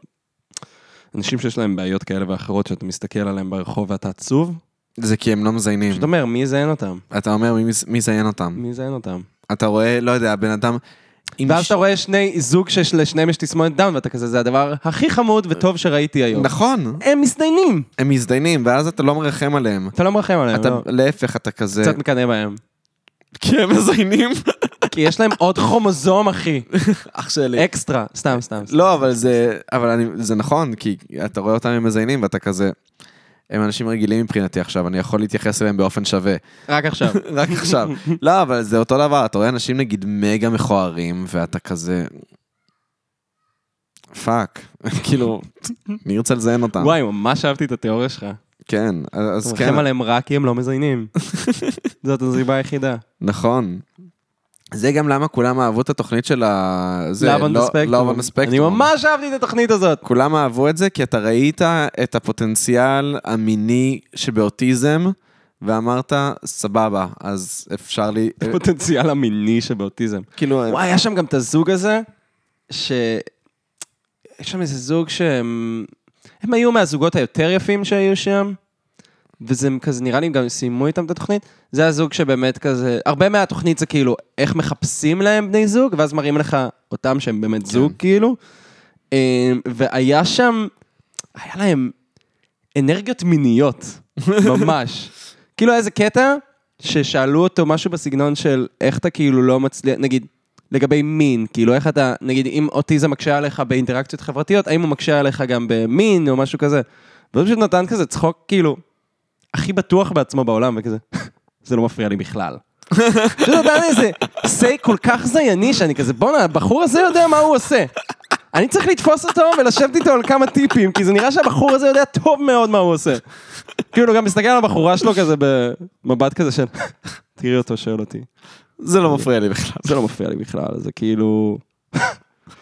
S2: אנשים שיש להם בעיות כאלה ואחרות, שאתה מסתכל עליהם ברחוב ואתה עצוב,
S1: זה כי הם לא מזיינים.
S2: פשוט אומר, מי יזיין אותם?
S1: אתה אומר, מי מז- מי יזיין אותם?
S2: מי יזיין אותם?
S1: אתה רואה, לא יודע, בן אדם... עם
S2: ואז
S1: ש-
S2: אתה רואה שני זוג שלשניהם יש תסמונת דאון, ואתה כזה, זה הדבר הכי חמוד וטוב שראיתי היום.
S1: נכון,
S2: הם מזדיינים.
S1: הם מזדיינים, ואז אתה לא מרחם עליהם.
S2: אתה לא מרחם עליהם,
S1: אתה,
S2: לא.
S1: להפך, אתה כזה...
S2: קצת מקנא בהם.
S1: כי הם מזיינים.
S2: כי יש להם עוד כרומוזום, אחי.
S1: [laughs] אח שלי.
S2: אקסטרה. סתם, סתם. סתם.
S1: לא, אבל זה... אבל אני, זה נכון, כי אתה רואה אותם הם מזיינים, ואתה כזה... הם אנשים רגילים מבחינתי עכשיו, אני יכול להתייחס אליהם באופן שווה.
S2: רק עכשיו.
S1: רק
S2: [laughs]
S1: עכשיו. לא, אבל זה אותו דבר, אתה רואה אנשים נגיד מגה מכוערים, ואתה כזה... פאק. כאילו, אני רוצה לזיין אותם.
S2: וואי, ממש אהבתי את התיאוריה שלך.
S1: כן, אז
S2: אתה
S1: כן,
S2: מרחם עליהם רק כי הם
S1: [laughs]
S2: לא מזיינים. זאת הסיבה היחידה.
S1: נכון. זה גם למה כולם אהבו את התוכנית של ה... זה,
S2: Love on the
S1: לא-
S2: Spectrum.
S1: Love on the Spectrum.
S2: אני ממש אהבתי את התוכנית הזאת.
S1: כולם אהבו את זה כי אתה ראית את הפוטנציאל המיני שבאוטיזם, ואמרת, סבבה, אז אפשר לי... אה,
S2: הפוטנציאל המיני שבאוטיזם.
S1: כאילו,
S2: וואי, היה שם גם את הזוג הזה, ש... יש שם איזה זוג שהם... הם היו מהזוגות היותר יפים שהיו שם, וזה כזה, נראה לי גם סיימו איתם את התוכנית. זה הזוג שבאמת כזה... הרבה מהתוכנית זה כאילו, איך מחפשים להם בני זוג, ואז מראים לך אותם שהם באמת
S1: כן.
S2: זוג, כאילו. אה, והיה שם... היה להם אנרגיות מיניות,
S1: [laughs]
S2: ממש. כאילו היה איזה קטע ששאלו אותו משהו בסגנון של איך אתה כאילו לא מצליח, נגיד, לגבי מין, כאילו איך אתה, נגיד, אם אוטיזם מקשה עליך באינטראקציות חברתיות, האם הוא מקשה עליך גם במין או משהו כזה. והוא פשוט נתן כזה צחוק, כאילו, הכי בטוח בעצמו בעולם, וכזה, [laughs] זה לא מפריע לי בכלל. [laughs] פשוט נתן לי איזה סיי כל כך זייני, שאני כזה, בואנה, הבחור הזה יודע מה הוא עושה. אני צריך לתפוס אותו ולשבת איתו על כמה טיפים, כי זה נראה שהבחור הזה יודע טוב מאוד מה הוא עושה. כאילו, גם מסתכל על הבחורה שלו כזה במבט כזה של, תראי אותו שואל אותי.
S1: זה לא מפריע לי בכלל.
S2: זה לא מפריע לי בכלל, זה כאילו...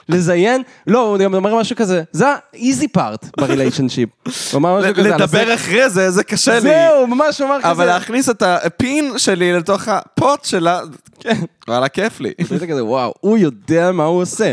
S2: לזיין, לא, הוא גם אומר משהו כזה, זה ה-easy part בריליישנשיפ. הוא אמר משהו כזה, על
S1: לדבר
S2: הסקס.
S1: אחרי זה, זה קשה לי.
S2: זהו, ממש הוא אמר כזה.
S1: אבל להכניס את הפין שלי לתוך הפוט שלה, וואלה, כיף לי.
S2: ואתה כזה, וואו, הוא יודע מה הוא עושה.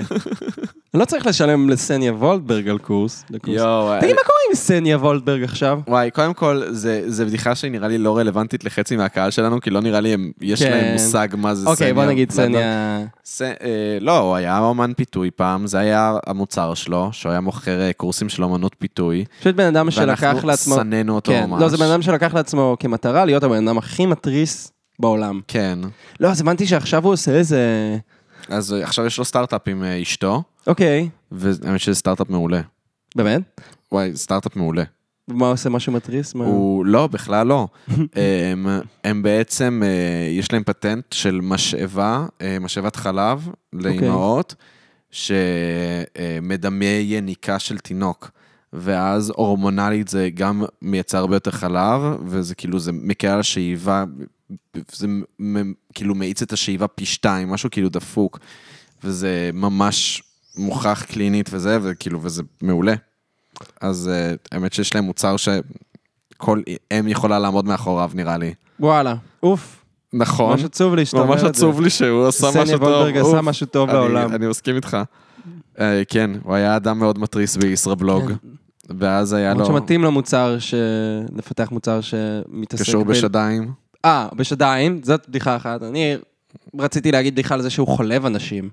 S2: אני לא צריך לשלם לסניה וולדברג על קורס. לקורס.
S1: יואו,
S2: תגיד, מה קורה עם סניה וולדברג עכשיו?
S1: וואי, קודם כל, זו בדיחה שהיא נראה לי לא רלוונטית לחצי מהקהל שלנו, כי לא נראה לי, הם- יש
S2: כן.
S1: להם מושג מה זה סניה.
S2: אוקיי, בוא נגיד
S1: בלאדון.
S2: סניה...
S1: ס- אה, לא, הוא היה אומן פיתוי פעם, זה היה המוצר שלו, שהוא היה מוכר אה, קורסים של אומנות פיתוי.
S2: פשוט בן אדם שלקח לעצמו...
S1: ואנחנו שנאנו אותו
S2: כן,
S1: ממש.
S2: לא, זה בן אדם שלקח לעצמו כמטרה להיות הבן אדם הכי מתריס בעולם.
S1: כן,
S2: לא, אז הבנתי שעכשיו הוא עושה איזה...
S1: אז אה, עכשיו יש לו סטארט-אפ עם אה, אשתו,
S2: אוקיי,
S1: והאמת שזה סטארט-אפ מעולה.
S2: באמת?
S1: וואי, סטארט-אפ מעולה.
S2: מה עושה משהו מתריס? מה...
S1: הוא לא, בכלל לא. הם, הם בעצם, אה, יש להם פטנט של משאבה, אה, משאבת חלב
S3: אה,
S1: לאימהות, שמדמה יניקה של תינוק.
S3: ואז הורמונלית זה גם מייצר הרבה יותר חלב, וזה כאילו, זה מקל על השאיבה, זה מ- כאילו מאיץ את השאיבה פי שתיים, משהו כאילו דפוק, וזה ממש מוכח קלינית וזה, וכאילו, וזה מעולה. אז אה, האמת שיש להם מוצר שכל אם יכולה לעמוד מאחוריו, נראה לי.
S2: וואלה, אוף.
S3: נכון.
S2: ממש עצוב לי שאתה אומר את
S3: ממש
S2: זה.
S3: עצוב לי שהוא עשה
S2: סניה
S3: משהו טוב.
S2: וולברגר
S3: אוף.
S2: עשה משהו טוב
S3: אני-
S2: לעולם.
S3: אני מסכים איתך. אה, כן, הוא היה אדם מאוד מתריס בישראבלוג. ואז היה לו
S2: למרות שמתאים למוצר, ש- לפתח מוצר שמתעסק...
S3: קשור
S2: ב-
S3: בשדיים.
S2: אה, בשדיים, זאת בדיחה אחת. אני רציתי להגיד בדיחה על זה שהוא חולב אנשים.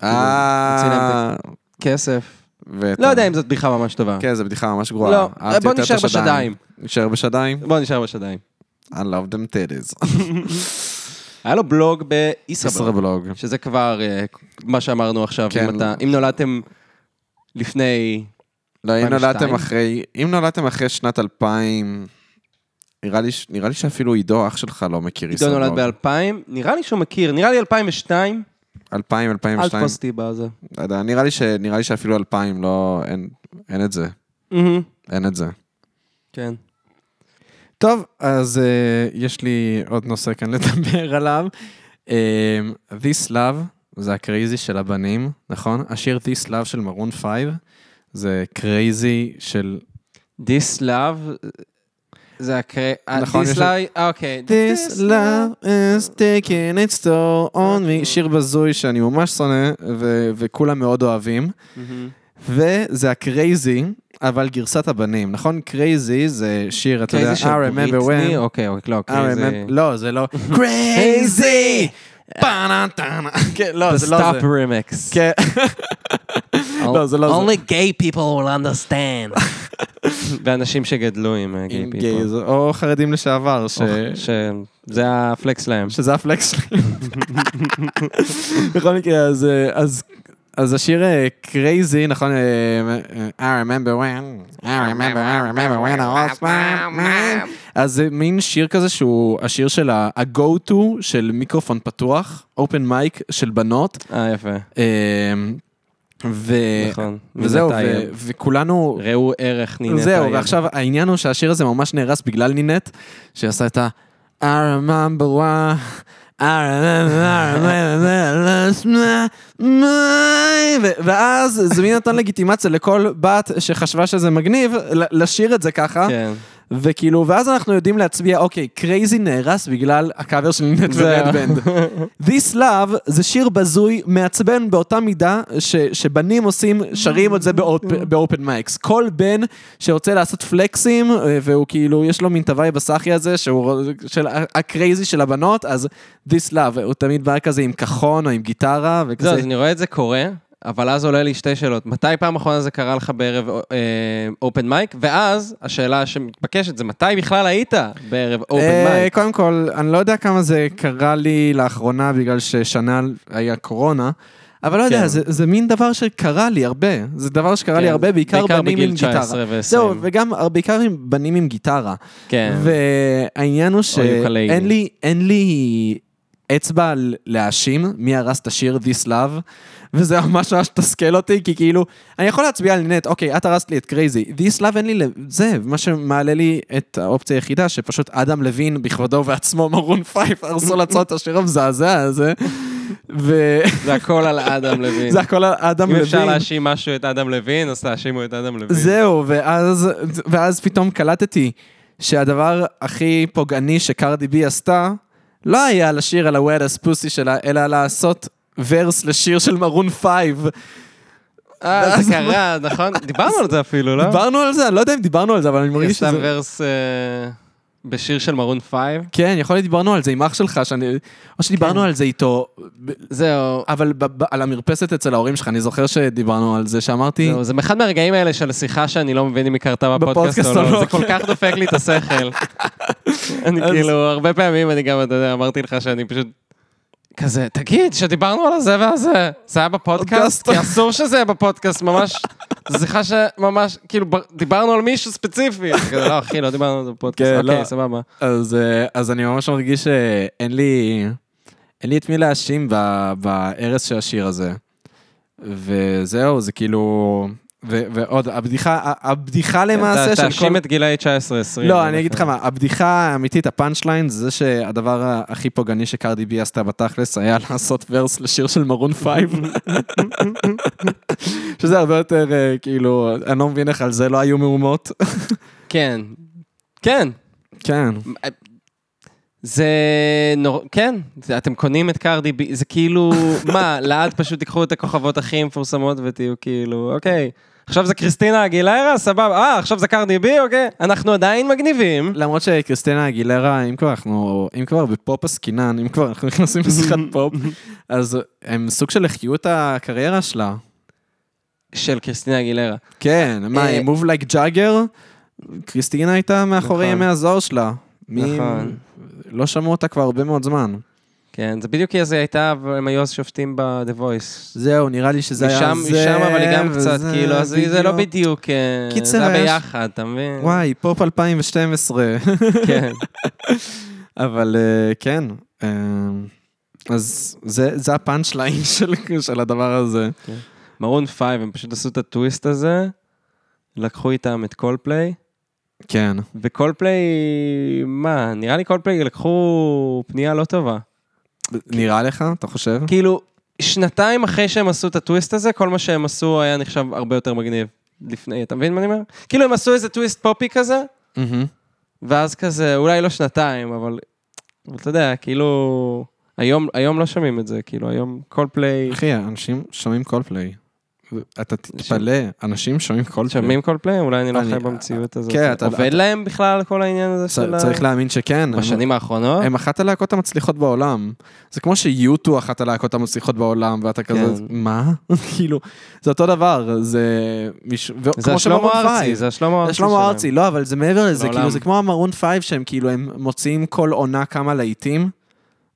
S2: הוציא
S3: אה...
S2: להם כסף.
S3: ואת
S2: לא
S3: ה-
S2: יודע אם זאת בדיחה ממש טובה.
S3: כן, זו בדיחה ממש גרועה.
S2: לא,
S3: אהבתי
S2: בוא
S3: יותר את
S2: נשאר
S3: השדיים.
S2: בשדיים.
S3: נשאר בשדיים?
S2: בוא נשאר בשדיים.
S3: I love them titties.
S2: היה לו בלוג בישראבלוג,
S3: ישראבלוג.
S2: שזה כבר אה, מה שאמרנו עכשיו,
S3: כן.
S2: אם אתה- אם נולדתם לפני...
S3: לא, אם
S2: 2002?
S3: נולדתם אחרי... אם נולדתם אחרי שנת 2000... נראה לי ש- נראה לי שאפילו עידו, אח שלך, לא מכיר
S2: עידו
S3: ישראבלוג.
S2: נולד ב-2000, נראה לי שהוא מכיר, נראה לי 2002,
S3: 2000,
S2: אל
S3: 2002.
S2: תפוס אותי בזה.
S3: לא יודע, נראה לי ש- נראה לי שאפילו 2000, לא... אין- אין את זה.
S2: מהמם,
S3: אין את זה.
S2: כן.
S3: טוב, אז uh, יש לי עוד נושא כאן לדבר עליו. Um, This Love, זה הקרייזי של הבנים, נכון? השיר This Love של מרון 5, זה קרייזי של...
S2: This love, זה הקרי...
S3: נכון,
S2: נכון,
S3: יש-
S2: This love, אה, אוקיי.
S3: This Love is taking its toll on me, שיר בזוי שאני ממש שונא, ו- וכולם מאוד אוהבים.
S2: מהמם.
S3: וזה הקרייזי, אבל גרסת הבנים, נכון? קרייזי זה שיר, אתה יודע,
S2: קרייזי
S3: I
S2: של
S3: remember when...
S2: בריטני, אוקיי, אוקיי, לא,
S3: אה,
S2: קרייזי.
S3: remember- לא, זה [laughs] לא... [laughs] קרייזי! פאנטאנה. [laughs] כן, לא, זה לא זה.
S2: סטאפ
S3: [laughs]
S2: רמקס.
S3: כן. לא, זה לא זה.
S4: Only gay people will understand.
S2: ואנשים שגדלו עם אה, גיי
S3: עם
S2: פיפול.
S3: גייז, או חרדים לשעבר, ש-
S2: ש... זה הפלקס שלהם.
S3: שזה הפלקס שלהם. בכל מקרה, אז, אה, אז... אז השיר קרייזי, נכון? אה, אה, I remember when, I remember, I remember when I was my man. אז זה מין שיר כזה שהוא השיר של ה-go to של מיקרופון פתוח, open mic של בנות.
S2: אה, יפה.
S3: אמ, ו...
S2: נכון.
S3: אה, וזהו,
S2: מילת
S3: ו...
S2: העיר.
S3: וכולנו...
S2: ראו ערך נינט.
S3: זהו,
S2: העיר.
S3: ועכשיו העניין הוא שהשיר הזה ממש נהרס בגלל נינט, שעשה את ה... I remember why, I remember, I remember, last night, my- ו- ואז זה מין נתן לגיטימציה לכל בת שחשבה שזה מגניב ל- לשיר את זה ככה,
S2: כן.
S3: וכאילו, ואז אנחנו יודעים להצביע, אוקיי, קרייזי נהרס בגלל הקאבר של נינט
S2: זהו.
S3: ורדבנד. This Love זה שיר בזוי, מעצבן באותה מידה ש, שבנים עושים, שרים את זה באופ- באופן מייקס. כל בן שרוצה לעשות פלקסים, אה, והוא כאילו, יש לו מין תוואי בסאחי הזה, שהוא רו- של ה- הקרייזי של הבנות, אז This Love, הוא תמיד בא כזה עם כחון או עם גיטרה וכזה.
S2: זהו, אז אני רואה את זה קורה, אבל אז עולה לי שתי שאלות. מתי פעם אחרונה זה קרה לך בערב אופן מייק? ואז, השאלה שמתבקשת זה מתי בכלל היית בערב אופן
S3: אה,
S2: מייק?
S3: קודם כל, אני לא יודע כמה זה קרה לי לאחרונה, בגלל ששנה היה קורונה. אבל לא יודע,
S2: כן.
S3: זה, זה מין דבר שקרה לי הרבה. זה דבר שקרה לי
S2: כן,
S3: הרבה, בעיקר
S2: בעיקר
S3: בנים
S2: בגיל
S3: עם גיטרה.
S2: 19 ו- 20.
S3: זהו, וגם הר- בעיקר עם בנים עם גיטרה.
S2: כן.
S3: והעניין הוא
S2: יוקללי.
S3: שאין לי, אין לי אצבע ל- להאשים מי הרס את השיר This Love, וזה ממש ממש תסכל אותי, כי כאילו, אני יכול להצביע על נט, אוקיי, את הרסת לי את קרייזי, This Love אין לי לב- זה, מה שמעלה לי את האופציה היחידה, שפשוט אדם לוין בכבודו ובעצמו, מרון פייב, הרסו לעצור את השיר המזעזע הזה,
S2: [laughs]
S3: וזה
S2: זה הכל על אדם לוין.
S3: הכל על אדם
S2: אם
S3: לוין.
S2: אפשר להאשים משהו את אדם לוין, אז תאשימו את אדם לוין.
S3: זהו, ואז, ואז פתאום קלטתי שהדבר הכי פוגעני שקרדי בי עשתה, לא היה לשיר על ה-Weddest Pussy שלה, אלא לעשות ורס לשיר של מרון פייב.
S2: אה, זה קרה, נכון? דיברנו על זה אפילו, לא?
S3: דיברנו על זה? אני לא יודע אם דיברנו על זה, אבל אני
S2: היא
S3: מרגיש
S2: עשתה
S3: שזה...
S2: ורס אה, בשיר של מרון פייב.
S3: כן, יכול להיות דיברנו על זה עם אח שלך, שאני... או שדיברנו על זה איתו,
S2: כן.
S3: ב-
S2: זהו.
S3: אבל ב- ב- על המרפסת אצל ההורים שלך, אני זוכר שדיברנו על זה, שאמרתי...
S2: זהו, זה אחד מהרגעים האלה של השיחה שאני לא מבין אם היא קרתה בפודקאסט
S3: בפודקאסט
S2: או
S3: או לא.
S2: לא, זה כל כך דופק לי את
S3: [laughs]
S2: השכל. אני
S3: אז-
S2: כאילו, הרבה פעמים אני גם, אתה יודע, אמרתי לך שאני פשוט... כזה, תגיד, שדיברנו על זה והזה, זה היה בפודקאסט?
S3: פודקאסט.
S2: כי אסור שזה היה בפודקאסט, ממש, זו שיחה שממש, כאילו, בר- דיברנו על מישהו ספציפי. אני כזה, לא, אחי, לא דיברנו על זה בפודקאסט,
S3: כן, לא.
S2: אוקיי, סבבה.
S3: אז, אה, אז אני ממש מרגיש שאין לי, אין לי את מי להאשים ב- בהרס של השיר הזה. וזהו, זה כאילו, ו- ועוד, הבדיחה, הבדיחה למעשה של כל...
S2: תאשים את גילאי 19-20.
S3: לא, אני אגיד לך מה, הבדיחה האמיתית, הפאנצ' ליין, זה שהדבר ה- הכי פוגעני שקרדי בי עשתה בתכלס היה לעשות ורס לשיר של מרון
S2: [laughs]
S3: פייב. שזה הרבה יותר, אה, כאילו, אני לא מבין איך על זה לא היו מהומות. [laughs]
S2: כן. כן.
S3: כן.
S2: זה נורא, כן, זה, אתם קונים את קרדי בי, זה כאילו, [laughs] מה, לעד פשוט תיקחו את הכוכבות הכי מפורסמות ותהיו כאילו, אוקיי, עכשיו זה קריסטינה אגילרה, סבבה, אה, עכשיו זה קרדי בי, אוקיי, אנחנו עדיין מגניבים.
S3: למרות שקריסטינה אגילרה, אם כבר אנחנו, אם כבר בפופ עסקינן, אם כבר אנחנו נכנסים לשיחת פופ, אז הם סוג של החיו את הקריירה שלה.
S2: של קריסטינה אגילרה.
S3: כן, מה,
S2: אה,
S3: היא move like jagger? קריסטינה הייתה מאחורי
S2: נכון.
S3: ימי הזוהר שלה. מי...
S2: נכון.
S3: לא שמעו אותה כבר הרבה מאוד זמן.
S2: כן, זה בדיוק כי זה הייתה, אבל הם היו אז שופטים ב-The Voice.
S3: זהו, נראה לי שזה היה
S2: משם,
S3: זה...
S2: משם, אבל היא גם קצת,
S3: וזה,
S2: כאילו, אז זה לא בדיוק, אה,
S3: קיצר,
S2: זה היה
S3: היה ש-
S2: ביחד, אתה מבין?
S3: וואי, פופ 2012.
S2: כן.
S3: [laughs]
S2: [laughs]
S3: אבל אה, כן, אה, אז זה זה הפאנצ' ליין של- של הדבר הזה.
S2: מרון פייב, הם פשוט עשו את הטוויסט הזה, לקחו איתם את קולפליי,
S3: כן.
S2: וקולפליי, מה, נראה לי קולפליי לקחו פנייה לא טובה.
S3: נראה לך? אתה חושב?
S2: כאילו, שנתיים אחרי שהם עשו את הטוויסט הזה, כל מה שהם עשו היה נחשב הרבה יותר מגניב לפני, אתה מבין מה אני אומר? כאילו, הם עשו איזה טוויסט פופי כזה,
S3: מהמם.
S2: ואז כזה, אולי לא שנתיים, אבל, אבל אתה יודע, כאילו, היום, היום לא שומעים את זה, כאילו, היום קולפליי,
S3: אחי, אנשים שומעים קולפליי. אתה תתפלא, אנשים שומעים קולפליי.
S2: שומעים קולפליי? אולי אני לא
S3: אני-
S2: חי במציאות הזאת.
S3: כן, אתה-
S2: עובד
S3: אתה-
S2: להם בכלל כל העניין הזה
S3: צ-
S2: של ה...
S3: צריך להאמין שכן. הם-
S2: בשנים האחרונות?
S3: הם אחת הלהקות המצליחות בעולם. זה כמו שיוטו אחת הלהקות המצליחות בעולם, ואתה כזה,
S2: כן.
S3: מה? כאילו, זה אותו דבר, זה... מישהו- ו-
S2: זה
S3: כמו
S2: השלמה
S3: שמרון
S2: ארצי,
S3: פייב.
S2: זה השלמה ארצי
S3: זה שלמה
S2: שלהם.
S3: ארצי, לא, אבל זה מעבר לזה,
S2: לעולם.
S3: כאילו, זה כמו המרון פייב שהם כאילו, הם מוציאים כל עונה כמה להיטים.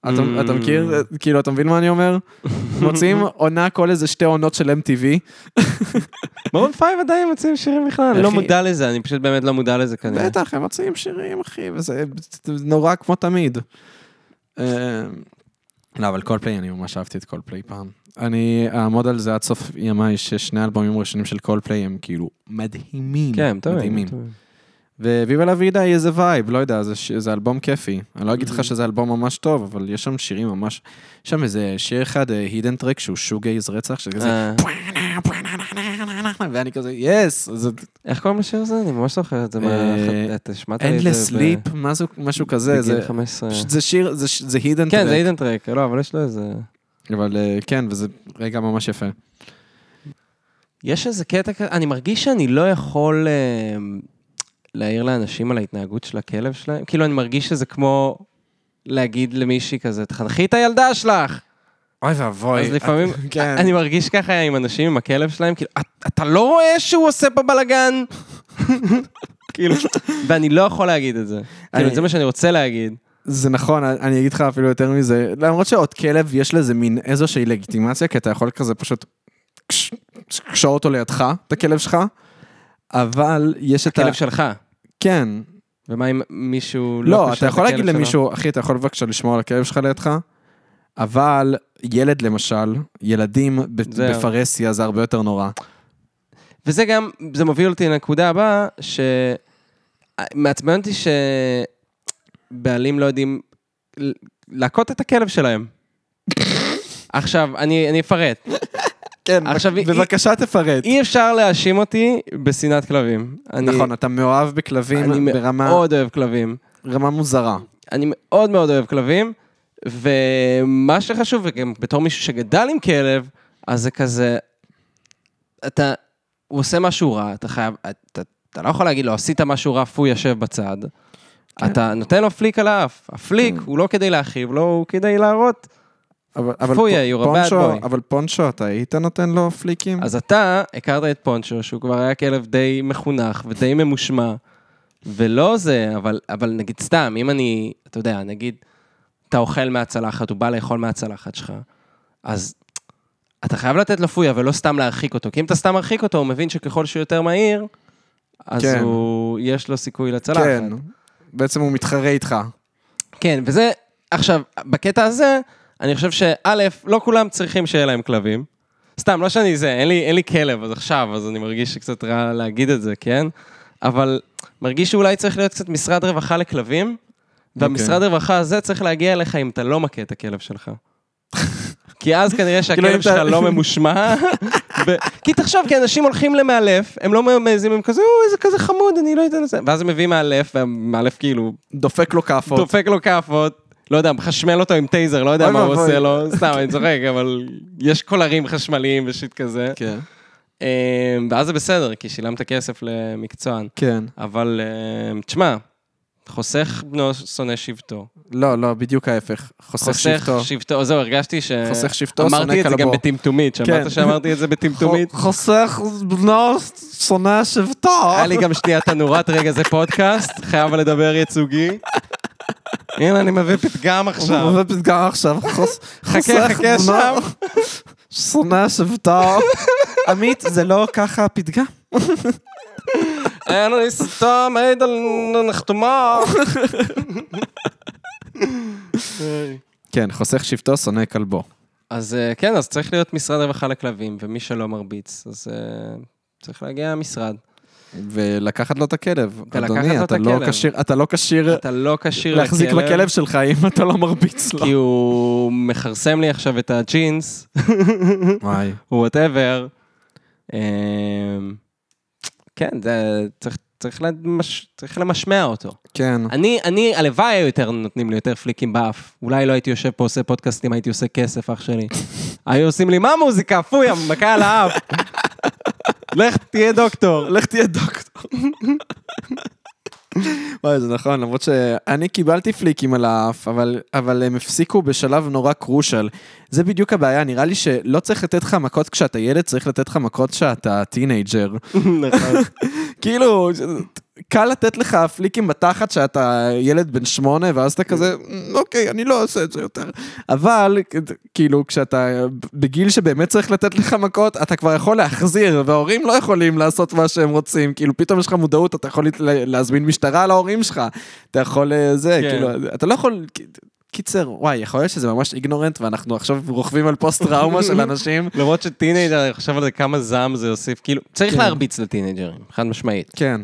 S3: אתה אתה מכיר? כאילו, אתה מבין מה אני [laughs] אומר? מוציאים עונה כל איזה שתי עונות של MTV.
S2: מרון פייב עדיין מוצאים שירים בכלל, אני לא
S3: אחי-
S2: מודע לזה, אני פשוט באמת לא מודע לזה כנראה.
S3: בטח, הם מוציאים שירים, אחי, וזה זה נורא כמו תמיד. אה, לא, אבל קולפליי, אני ממש אהבתי את קולפליי פעם. אני אעמוד על זה עד סוף ימיי, ששני האלבומים הראשונים של קולפליי הם כאילו מדהימים.
S2: כן, טוב.
S3: מדהימים. וויבה לה וידה היא איזה וייב, לא יודע, זה, ש- זה אלבום כיפי. אני לא אגיד לך שזה אלבום ממש טוב, אבל יש שם שירים ממש... יש שם איזה שיר אחד, הידן טרק, שהוא שוגייז רצח, שכזה...
S2: אה,
S3: ואני כזה, יס! זה
S2: איך קוראים לשיר הזה? אני ממש זוכר את זה. מה-
S3: אה,
S2: אתה שמעת לי את זה?
S3: Endless Sleep, משהו- משהו כזה.
S2: בגיל
S3: זה
S2: 15.
S3: פשוט זה שיר, זה ש- זה הידן
S2: כן, זה
S3: טרק.
S2: אידן טרק, לא, אבל יש לו איזה...
S3: אבל אה, כן, וזה רגע ממש יפה.
S2: יש איזה קטע כזה, אני מרגיש שאני לא יכול אה, להעיר לאנשים על ההתנהגות של הכלב שלהם. כאילו, אני מרגיש שזה כמו להגיד למישהי כזה, תחנכי את הילדה שלך.
S3: אוי ואבוי.
S2: אז לפעמים,
S3: [laughs] כן.
S2: אני מרגיש ככה עם אנשים, עם הכלב שלהם, כאילו, "את- אתה לא רואה שהוא עושה פה בלאגן? [laughs] כאילו, ואני לא יכול להגיד את זה. כאילו,
S3: אני-
S2: זה מה שאני רוצה להגיד.
S3: זה נכון, אני אגיד לך אפילו יותר מזה. למרות שעוד כלב, יש לזה מין איזושהי לגיטימציה, כי אתה יכול כזה פשוט קש- קשור אותו לידך, את הכלב שלך, אבל יש את ה...
S2: כלב שלך.
S3: כן.
S2: ומה אם מישהו לא
S3: לא,
S2: קושר
S3: אתה
S2: את
S3: יכול
S2: הכלב
S3: להגיד
S2: שלו?
S3: למישהו, אחי, אתה יכול בבקשה לשמור על הכלב שלך לידך, אבל ילד למשל, ילדים ב-
S2: זהו.
S3: בפרהסיה זה הרבה יותר נורא.
S2: וזה גם, זה מוביל אותי לנקודה הבאה, שמעצבן אותי שבעלים לא יודעים ל- להכות את הכלב
S3: [laughs]
S2: שלהם. עכשיו, אני, אני אפרט.
S3: כן,
S2: עכשיו, היא-
S3: בבקשה תפרט.
S2: אי אפשר להאשים אותי בשנאת כלבים. אני,
S3: נכון, אתה מאוהב בכלבים
S2: אני
S3: ברמה
S2: מאוד אוהב כלבים.
S3: רמה מוזרה.
S2: אני מאוד מאוד אוהב כלבים, ומה שחשוב, וגם בתור מישהו שגדל עם כלב, אז זה כזה, אתה, הוא עושה משהו רע, אתה חייב, אתה, אתה לא יכול להגיד לו, עשית משהו רע, פו, יושב בצד. אתה נותן לו פליק על האף, הפליק הוא לא כדי להכאיב לו, הוא כדי להראות.
S3: אבל, אבל
S2: פוי,
S3: פו-
S2: you're a bad
S3: פונצ'ו,
S2: boy.
S3: אבל פונצ'ו, אתה היית נותן לו פליקים?
S2: אז אתה הכרת את פונצ'ו, שהוא כבר היה כלב די מחונך ודי ממושמע, ולא זה, אבל, אבל נגיד סתם, אם אני, אתה יודע, נגיד, אתה אוכל מהצלחת, הוא בא לאכול מהצלחת שלך, אז אתה חייב לתת לו פויה ולא סתם להרחיק אותו, כי אם אתה סתם מרחיק אותו, הוא מבין שככל שהוא יותר מהיר, אז
S3: כן.
S2: כן. הוא, יש לו סיכוי לצלחת.
S3: כן. בעצם הוא מתחרה איתך.
S2: כן, וזה, עכשיו, בקטע הזה, אני חושב שא', לא כולם צריכים שיהיה להם כלבים. סתם, לא שאני זה, אין לי, אין לי כלב, אז עכשיו, אז אני מרגיש שקצת רע להגיד את זה, כן? אבל מרגיש שאולי צריך להיות קצת משרד רווחה לכלבים,
S3: אוקיי.
S2: והמשרד רווחה הזה צריך להגיע אליך אם אתה לא מכה את הכלב שלך. [laughs] כי אז כנראה
S3: כאילו, אם
S2: שהכלב שלך
S3: אתה-
S2: לא
S3: [laughs]
S2: ממושמע. ו- כי תחשוב, כי אנשים הולכים למאלף, הם לא מעזים, הם כזה, או, איזה כזה חמוד, אני לא יודע לזה. ואז הם מביאים מאלף, והמאלף כאילו
S3: דופק לו כאפות.
S2: דופק לו כאפות, לא יודע, מחשמל אותו עם טייזר, לא יודע
S3: אוי
S2: מה הוא
S3: ואבוי.
S2: עושה לו, סתם, אני צוחק, אבל יש קולרים חשמליים ושיט כזה.
S3: כן.
S2: אה, ואז זה בסדר, כי שילמת כסף למקצוען.
S3: כן.
S2: אבל אה, תשמע, חוסך בנו שונא שבטו.
S3: לא, לא, בדיוק ההפך. חוסך
S2: חוסך
S3: שבטו.
S2: שבטו, זהו, הרגשתי ש...
S3: חוסך שבטו, שונא
S2: אמרתי את זה גם
S3: כלבו.
S2: בטמטומית,
S3: כן.
S2: שמעת שאמרתי את זה
S3: [laughs]
S2: בטמטומית?
S3: חוסך בנו שונא שבטו.
S2: היה לי גם שנייה תנורת, רגע, זה פודקאסט, חייב לדבר
S3: [laughs]
S2: ייצוגי. הנה, אני מביא פתגם עכשיו.
S3: הוא בפתגם עכשיו. חוס- חוסך
S2: חכה
S3: בנו שונא שבטו. עמית, זה לא ככה הפתגם.
S2: אנו סתם עד על נחתומה.
S3: כן, חוסך שבטו שונא כלבו.
S2: אז אה, כן, אז צריך להיות משרד רווחה לכלבים, ומי שלא מרביץ, אז אה, צריך להגיע למשרד.
S3: ולקחת לו את הכלב.
S2: ולקחת
S3: אדוני,
S2: לו
S3: אתה
S2: את
S3: לא
S2: הכלב.
S3: כשיר, אתה לא
S2: [laughs]
S3: כשיר
S2: אתה לא כשיר לכלב.
S3: להחזיק בכלב שלך אם אתה לא מרביץ
S2: [laughs]
S3: לו.
S2: כי הוא מכרסם לי עכשיו את הג'ינס,
S3: וואי.
S2: או וואטאבר. כן, זה- צריך- צריך למש- צריך למשמע אותו.
S3: כן.
S2: אני, אני, הלוואי היו יותר נותנים לי יותר פליקים באף. אולי לא הייתי יושב פה עושה פודקאסטים, הייתי עושה כסף, אח
S3: [laughs]
S2: שלי. היו עושים לי, מה המוזיקה, פויה, מכה על האף. לך תהיה דוקטור.
S3: לך תהיה דוקטור. וואי, זה נכון, למרות שאני קיבלתי פליקים על האף, אבל, אבל הם הפסיקו בשלב נורא קרושל. זה בדיוק הבעיה, נראה לי שלא צריך לתת לך מכות כשאתה ילד, צריך לתת לך מכות כשאתה [laughs] טינג'ר.
S2: נכון.
S3: כאילו, קל לתת לך פליקים בתחת שאתה ילד בן שמונה, ואז אתה כזה, אוקיי, אני לא עושה את זה יותר. אבל, כאילו, כשאתה בגיל שבאמת צריך לתת לך מכות, אתה כבר יכול להחזיר, וההורים לא יכולים לעשות מה שהם רוצים. כאילו, פתאום יש לך מודעות, אתה יכול לה- להזמין משטרה להורים שלך. אתה יכול אה, זה,
S2: כן.
S3: כאילו, אתה לא יכול... קיצר, וואי, יכול להיות שזה ממש איגנורנט, ואנחנו עכשיו רוכבים על פוסט-טראומה
S2: [laughs]
S3: של אנשים.
S2: למרות שטינג'ר, אני חושב על זה כמה זעם זה יוסיף. כאילו, צריך
S3: כן.
S2: להרביץ לטינג'רים, חד משמעית.
S3: כן.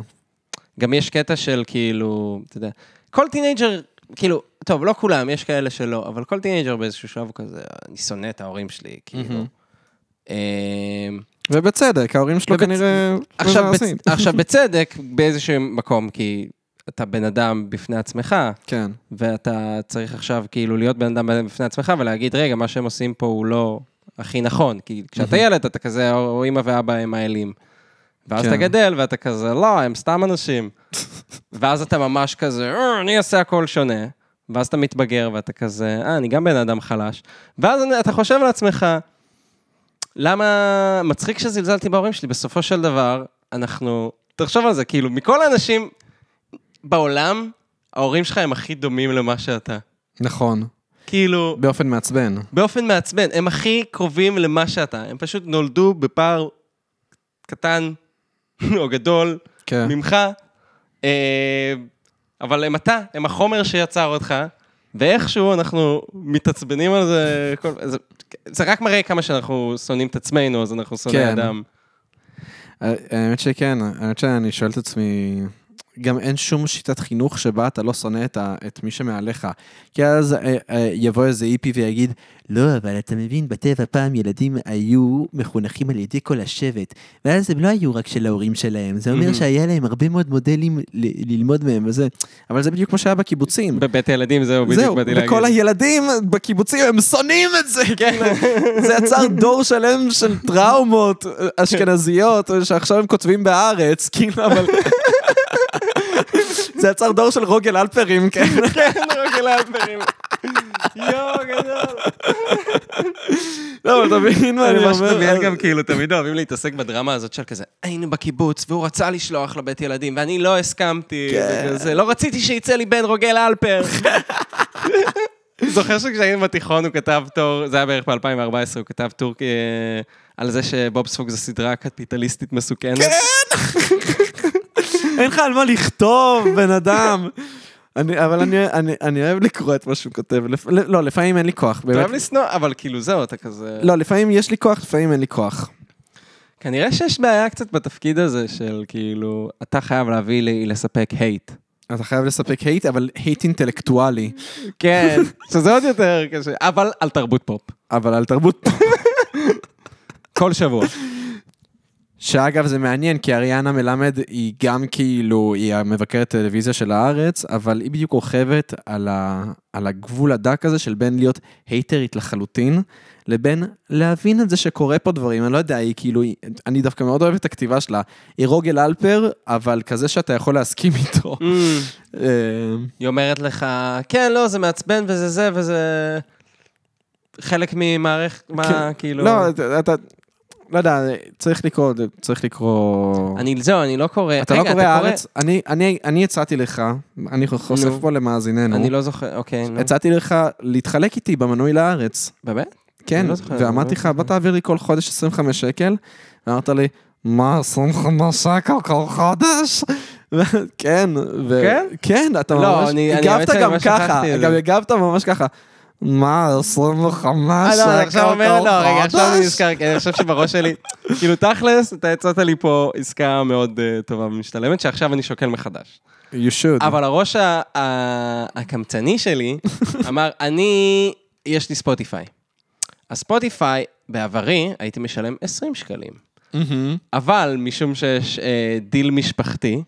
S2: גם יש קטע של כאילו, אתה יודע, כל טינג'ר, כאילו, טוב, לא כולם, יש כאלה שלא, אבל כל טינג'ר באיזשהו שלב הוא כזה, אני שונא את ההורים שלי, כאילו. אמ,
S3: ובצדק, ההורים שלו
S2: ובצ-
S3: כנראה...
S2: עכשיו, בצ...
S3: מבאסים.
S2: עכשיו בצדק, באיזשהו מקום, כי אתה בן אדם בפני עצמך,
S3: כן.
S2: ואתה צריך עכשיו כאילו להיות בן אדם בפני עצמך ולהגיד, רגע, מה שהם עושים פה הוא לא הכי נכון, כי כשאתה ילד אתה כזה, "או- או אמא ואבא הם האלים. ואז
S3: כן.
S2: אתה גדל ואתה כזה, לא, הם סתם אנשים. ואז אתה ממש כזה, "אה, אני אעשה הכל שונה. ואז אתה מתבגר ואתה כזה, אה, אני גם בן אדם חלש. ואז אני- אתה חושב לעצמך, למה... מצחיק שזלזלתי בהורים שלי, בסופו של דבר, אנחנו... תחשוב על זה, כאילו, מכל האנשים בעולם, ההורים שלך הם הכי דומים למה שאתה.
S3: נכון,
S2: כאילו,
S3: באופן מעצבן.
S2: באופן מעצבן, הם הכי קרובים למה שאתה. הם פשוט נולדו בפער קטן [laughs] או גדול
S3: כן.
S2: ממך, אה, אבל הם אתה, הם החומר שיצר אותך, ואיכשהו אנחנו מתעצבנים על זה, כל, זה, זה רק מראה כמה שאנחנו שונאים את עצמנו, אז אנחנו שונאי
S3: כן.
S2: אדם.
S3: האמת שכן, האמת שאני שואל את עצמי, גם אין שום שיטת חינוך שבה אתה לא שונא את, ה, את מי שמעליך. כי אז אה, אה, יבוא איזה איפי ויגיד,
S5: לא, אבל אתה מבין, בטבע פעם ילדים היו מחונכים על ידי כל השבט, ואז הם לא היו רק של ההורים שלהם, זה אומר שהיה להם הרבה מאוד מודלים ל- ללמוד מהם, וזה...
S3: אבל זה בדיוק כמו שהיה בקיבוצים.
S2: בבית הילדים, זהו,
S3: זהו,
S2: בדיוק באתי להגיד.
S3: וכל הילדים בקיבוצים הם שונאים את זה, כאילו,
S2: כן.
S3: זה יצר דור שלם של טראומות אה, אשכנזיות, אה, שעכשיו הם כותבים בהארץ, כאילו, אבל... זה יצר דור של רוגל אלפרים, כן.
S2: [laughs] רוגל אלפרים. יואו, גדול.
S3: לא, אבל אתה מבין מה
S2: אני
S3: אני
S2: ממש מדמיין
S3: אומר?
S2: גם כאילו, תמיד אוהבים להתעסק בדרמה הזאת של כזה, היינו בקיבוץ, והוא רצה לשלוח לבית ילדים, ואני לא הסכמתי, וכזה, לא רציתי שיצא לי בן רוגל אלפר. זוכר שכשהיינו בתיכון הוא כתב טור, זה היה בערך ב-2014, הוא כתב טור אה, על זה שבובספוג זו סדרה קפיטליסטית כן! מסוכנת.
S3: אין לך על מה לכתוב, בן אדם.
S1: אני- אבל אני- אני- אני אוהב לקרוא את מה שהוא כותב. לפ- לא, לפעמים אין לי כוח,
S3: אתה
S1: באמת.
S3: אוהב לשנוא, אבל כאילו זהו, אתה כזה...
S1: לא, לפעמים יש לי כוח, לפעמים אין לי כוח.
S2: כנראה שיש בעיה קצת בתפקיד הזה של כאילו, אתה חייב להביא לי לספק הייט.
S1: אתה חייב לספק הייט, אבל הייט אינטלקטואלי.
S2: כן, [laughs] שזה עוד יותר קשה, אבל על תרבות פופ.
S1: אבל על תרבות.
S2: כל שבוע.
S1: שאגב, זה מעניין, כי אריאנה מלמד היא גם כאילו, היא המבקרת טלוויזיה של הארץ, אבל היא בדיוק רוכבת על, ה, על הגבול הדק הזה של בין להיות הייטרית לחלוטין, לבין להבין את זה שקורה פה דברים. אני לא יודע, היא כאילו, היא, אני דווקא מאוד אוהב את הכתיבה שלה. היא רוגל אלפר, אבל כזה שאתה יכול להסכים איתו.
S2: Mm.
S1: אה,
S2: היא אומרת לך, כן, לא, זה מעצבן וזה זה וזה... חלק ממערכת, מה,
S1: כן.
S2: כאילו...
S1: לא, אתה, אתה- לא יודע, צריך לקרוא, צריך לקרוא...
S2: אני, זהו, אני לא קורא...
S1: אתה
S2: רגע,
S1: לא קורא הארץ? אני- אני- אני הצעתי לך, אני חושף
S2: נו.
S1: פה למאזיננו.
S2: אני לא זוכר, אוקיי, נו.
S1: הצעתי לך להתחלק איתי במנוי לארץ.
S2: באמת?
S1: כן,
S2: אני לא זוכר,
S1: ואמרתי
S2: אני
S1: לך, בוא תעביר לי כל חודש 25 שקל, ואמרת לי, מה, 25 שקל כל חודש? [laughs] ו- כן, ו...
S2: כן?
S1: כן, אתה
S2: לא,
S1: ממש...
S2: אני- אני
S1: הגבת
S2: האמת שאני
S1: גם
S2: ממש
S1: ככה,
S2: שכחתי את
S1: גם
S2: זה.
S1: הגבת ממש ככה. מה, 25
S2: אה,
S1: שקל כל
S2: לא, אני
S1: חודש?
S2: עכשיו אומר, לא, רגע, עכשיו אני נזכר, כי אני חושב שבראש שלי, כאילו, תכלס, אתה הצעת לי פה עסקה מאוד אה, טובה ומשתלמת, שעכשיו אני שוקל מחדש.
S1: You should.
S2: אבל הראש ה- ה- הקמצני
S1: [laughs]
S2: שלי אמר, אני, יש לי ספוטיפיי. אז ספוטיפיי, בעברי, הייתי משלם 20 שקלים.
S1: מהמם.
S2: אבל משום שיש אה, דיל משפחתי,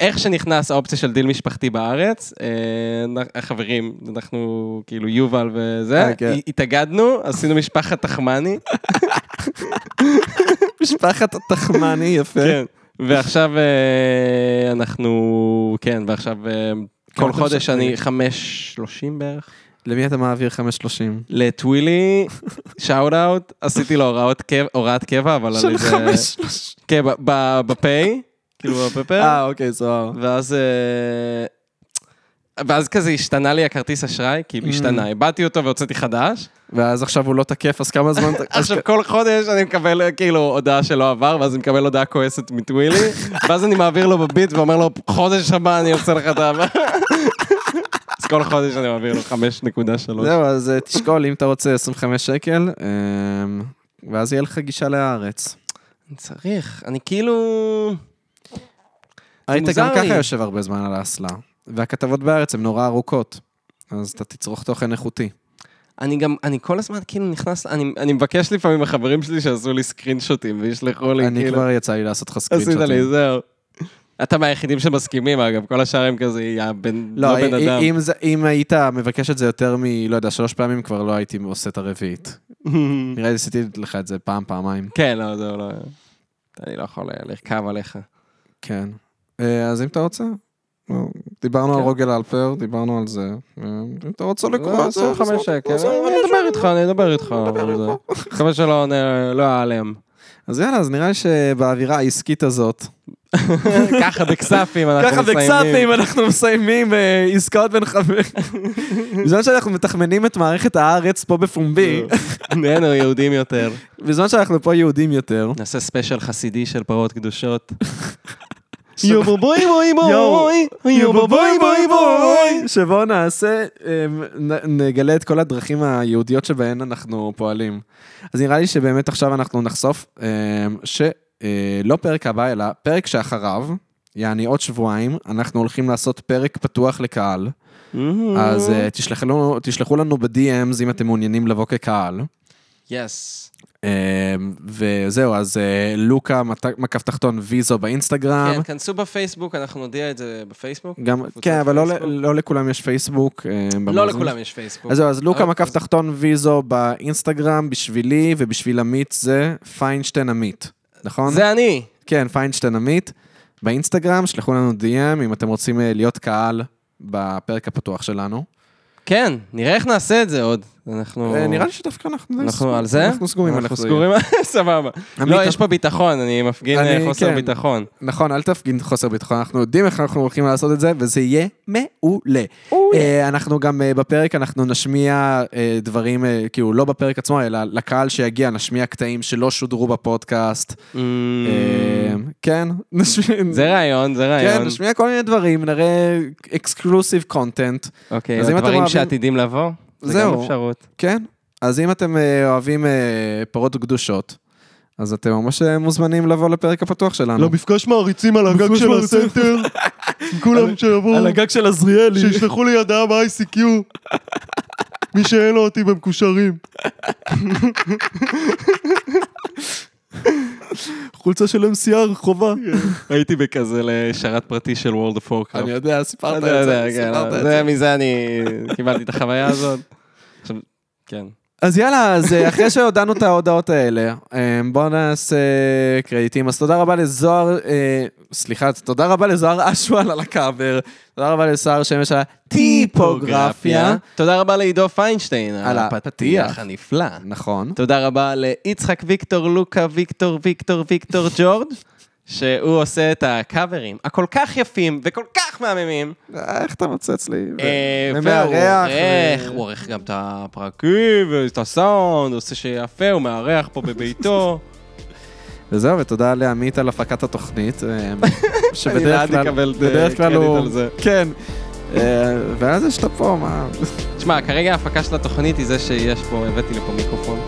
S2: איך שנכנס האופציה של דיל משפחתי בארץ, אה, נ- החברים, אנחנו כאילו יובל וזה,
S1: אה, כן.
S2: הי- התאגדנו, עשינו משפחת תחמני,
S1: משפחת
S2: [laughs]
S1: התחמני, יפה.
S2: כן, ועכשיו אה, אנחנו, כן, ועכשיו אה,
S1: כמה
S2: כל
S1: אתם
S2: חודש
S1: משלמים?
S2: אני 5.30 בערך.
S1: למי אתה מעביר 5.30?
S2: לטווילי, שאוט אאוט, עשיתי לו הוראות קבע- הוראת קבע, אבל על
S1: של
S2: איזה...
S1: 5.30.
S2: כן, ב- ב- בפיי, כאילו בפפר.
S1: אה, אוקיי, סבבה.
S2: ואז... אה, ואז כזה השתנה לי הכרטיס אשראי,
S1: Mm.
S2: כאילו השתנה, איבדתי אותו והוצאתי חדש.
S1: ואז עכשיו הוא לא תקף, אז כמה זמן...
S2: [laughs]
S1: אז
S2: עכשיו כל חודש אני מקבל אה, כאילו הודעה שלא עבר, ואז אני מקבל הודעה
S1: [laughs]
S2: כועסת מטווילי, ואז אני מעביר לו בביט ואומר לו, חודש הבא אני עושה לך את
S1: [laughs]
S2: ה... אז כל חודש אני מעביר לו
S1: [laughs]
S2: 5.3.
S1: זהו, אז אה, תשקול אם אתה רוצה 25 שקל, אה, ואז יהיה לך גישה להארץ.
S2: אני צריך, אני כאילו...
S1: היית
S2: מוזר
S1: גם ככה
S2: לי.
S1: יושב הרבה זמן על האסלה, והכתבות בארץ הן נורא ארוכות, אז אתה תצרוך תוכן איכותי.
S2: אני גם, אני כל הזמן כאילו נכנס, אני, אני מבקש לפעמים מחברים שלי שיעשו לי סקרין שוטים וישלחו לי
S1: אני
S2: כאילו...
S1: כבר יצא לי לעשות לך
S2: עשית לי,
S1: סקרינשוטים.
S2: זהו. אתה מהיחידים שמסכימים, אגב, כל השאר הם כזה, יא בן,
S1: לא,
S2: לא בן
S1: אם-
S2: אדם.
S1: אם זה- אם היית מבקש את זה יותר מ... לא יודע, שלוש פעמים כבר לא הייתי עושה את הרביעית. נראה לי עשיתי לך את זה פעם, פעמיים.
S2: [laughs] כן, לא, זהו, לא. אני לא יכול לרכב עליך.
S1: כן. אה, אז אם אתה רוצה... דיברנו על
S2: כן.
S1: רוגל אלפר, דיברנו על זה. אה, אם אתה רוצה
S2: לא,
S1: לקרוא את זה,
S2: 25 אה, שקל,
S1: אז- לא,
S2: אני אדבר איתך, אני אדבר איתך. אבל זה- מקווה שלא נ- לא [laughs] אעלם.
S1: אז יאללה, אז נראה לי שבאווירה העסקית הזאת...
S2: ככה בכספים אנחנו מסיימים. [laughs]
S1: אנחנו מסיימים אה, עסקאות בין חברים. בזמן שאנחנו מתחמנים את מערכת הארץ פה
S2: אה.
S1: בפומבי,
S2: נהיינו יהודים יותר.
S1: בזמן שאנחנו פה יהודים יותר.
S2: נעשה ספיישל חסידי של פרות [laughs] קדושות.
S1: יו
S2: בוי בוי בוי
S1: בוי,
S2: יו בוי בוי בוי.
S1: שבו נעשה, אה, נ- נגלה את כל הדרכים היהודיות שבהן אנחנו פועלים. אז נראה לי שבאמת עכשיו אנחנו נחשוף אמ, שלא לא פרק הבא, אלא פרק שאחריו, יעני עוד שבועיים, אנחנו הולכים לעשות פרק פתוח לקהל. אז אה, תשלחו לנו- תשלחו לנו ב-DMs אם אתם מעוניינים לבוא כקהל.
S2: יס.
S1: אה, וזהו, אז אה, לוקה, מת- מקף תחתון ויזו באינסטגרם.
S2: כן, כנסו בפייסבוק, אנחנו נודיע את זה בפייסבוק.
S1: גם,
S2: קבוצת
S1: כן, אבל לא, ל-
S2: פייסבוק.
S1: לא לכולם יש פייסבוק. אה,
S2: לא
S1: במאזינים.
S2: לכולם יש פייסבוק. אה, אוקיי.
S1: אז זהו, אז לוקה
S2: אבל-
S1: מקף
S2: אז-
S1: תחתון ויזו באינסטגרם, בשבילי ובשביל עמית זה פיינשטיין עמית, נכון?
S2: זה אני.
S1: כן, פיינשטיין עמית. באינסטגרם, שלחו לנו DM אם אתם רוצים אה, להיות קהל בפרק הפתוח שלנו.
S2: כן, נראה איך נעשה את זה עוד. אנחנו...
S1: אה, נראה לי שדווקא אנחנו די
S2: אנחנו
S1: סגורים.
S2: על זה?
S1: אנחנו סגורים על
S2: אנחנו
S1: איך זה
S2: סגורים? [laughs] סבבה.
S1: עמית,
S2: לא,
S1: אתה-
S2: יש פה ביטחון, אני מפגין
S1: אני-
S2: אה, חוסר
S1: כן.
S2: ביטחון.
S1: נכון, אל תפגין חוסר ביטחון, אנחנו יודעים איך אנחנו הולכים לעשות את זה, וזה יהיה מעולה. אה, אנחנו גם אה, בפרק, אנחנו נשמיע אה, דברים, אה, כאילו, לא בפרק עצמו, אלא לקהל שיגיע, נשמיע קטעים שלא שודרו בפודקאסט.
S3: Mm.
S1: אה, כן, [laughs] נשמיע...
S2: Mm, זה רעיון, זה
S1: כן,
S2: רעיון.
S1: נשמיע כל מיני דברים, נראה אקסקלוסיב קונטנט,
S2: אוקיי,
S1: אז אם אתם
S2: הדברים
S1: אוהבים-
S2: שעתידים לבוא, זה גם
S1: זהו.
S2: אפשרות.
S1: כן? אז אם אתם אה, אוהבים אה, פרות קדושות, אז אתם ממש אה, מוזמנים לבוא לפרק הפתוח שלנו.
S3: מפגש לא, מעריצים על הגג של
S1: [laughs]
S3: הסנטר. כולם שיבואו,
S1: הגג של עזריאלי.
S3: שישלחו לי
S1: [laughs]
S3: הודעה ב-ICQ. מי שאין לו אותי במקושרים.
S1: חולצה של MCR, חובה.
S2: הייתי בכזה לשרת פרטי של World of Warcraft.
S1: אני יודע, סיפרת
S2: אתה
S1: את
S2: יודע,
S1: זה,
S2: כן,
S1: סיפרת את
S2: זה
S1: זה.
S2: מזה אני קיבלתי את החוויה הזאת. עכשיו, כן.
S1: אז יאללה, אז אה, אחרי שהודענו את ההודעות האלה, אה, בואו נעשה קרדיטים. אז תודה רבה לזוהר, אה, סליחה, תודה רבה לזוהר אשוואל על הקאבר, תודה רבה לסער שמש על הטיפוגרפיה.
S2: תודה רבה לעידו פיינשטיין,
S1: על
S2: על הפתיח
S1: הפתיח.
S2: הנפלא.
S1: נכון.
S2: תודה רבה ליצחק ויקטור לוקה ויקטור ויקטור ויקטור ג'ורג', שהוא עושה את הקאברים הכל כך יפים וכל כך מהממים.
S1: אה, איך אתה מוצץ לי? ו-
S2: אה, והוא
S1: ומארח,
S2: עורך,
S1: ו-
S2: הוא עורך גם את הפרקים ואת הסאונד, עושה שיפה, הוא מארח פה
S1: [laughs]
S2: בביתו.
S1: וזהו, ותודה לעמית על הפקת התוכנית, אה,
S2: אני
S1: שבדרך
S2: בעד
S1: כלל,
S2: לקבל
S1: בדרך כלל
S2: קרדיט
S1: הוא...
S2: על זה.
S1: כן. אה, ואז יש לה פה, מה?
S2: תשמע, כרגע ההפקה של התוכנית היא זה שיש פה, הבאתי לפה מיקרופון.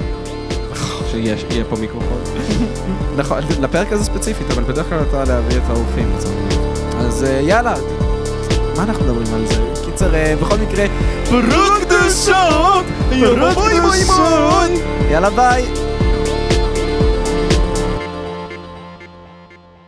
S2: שיש, יהיה פה מיקרופון.
S1: נכון, לפרק הזה ספציפית, אבל בדרך כלל אתה להביא את האורחים. אז אה, יאללה, מה אנחנו מדברים על זה? קיצר, אה, בכל מקרה, פרות קדושות, פרות קדושות, יאללה ביי.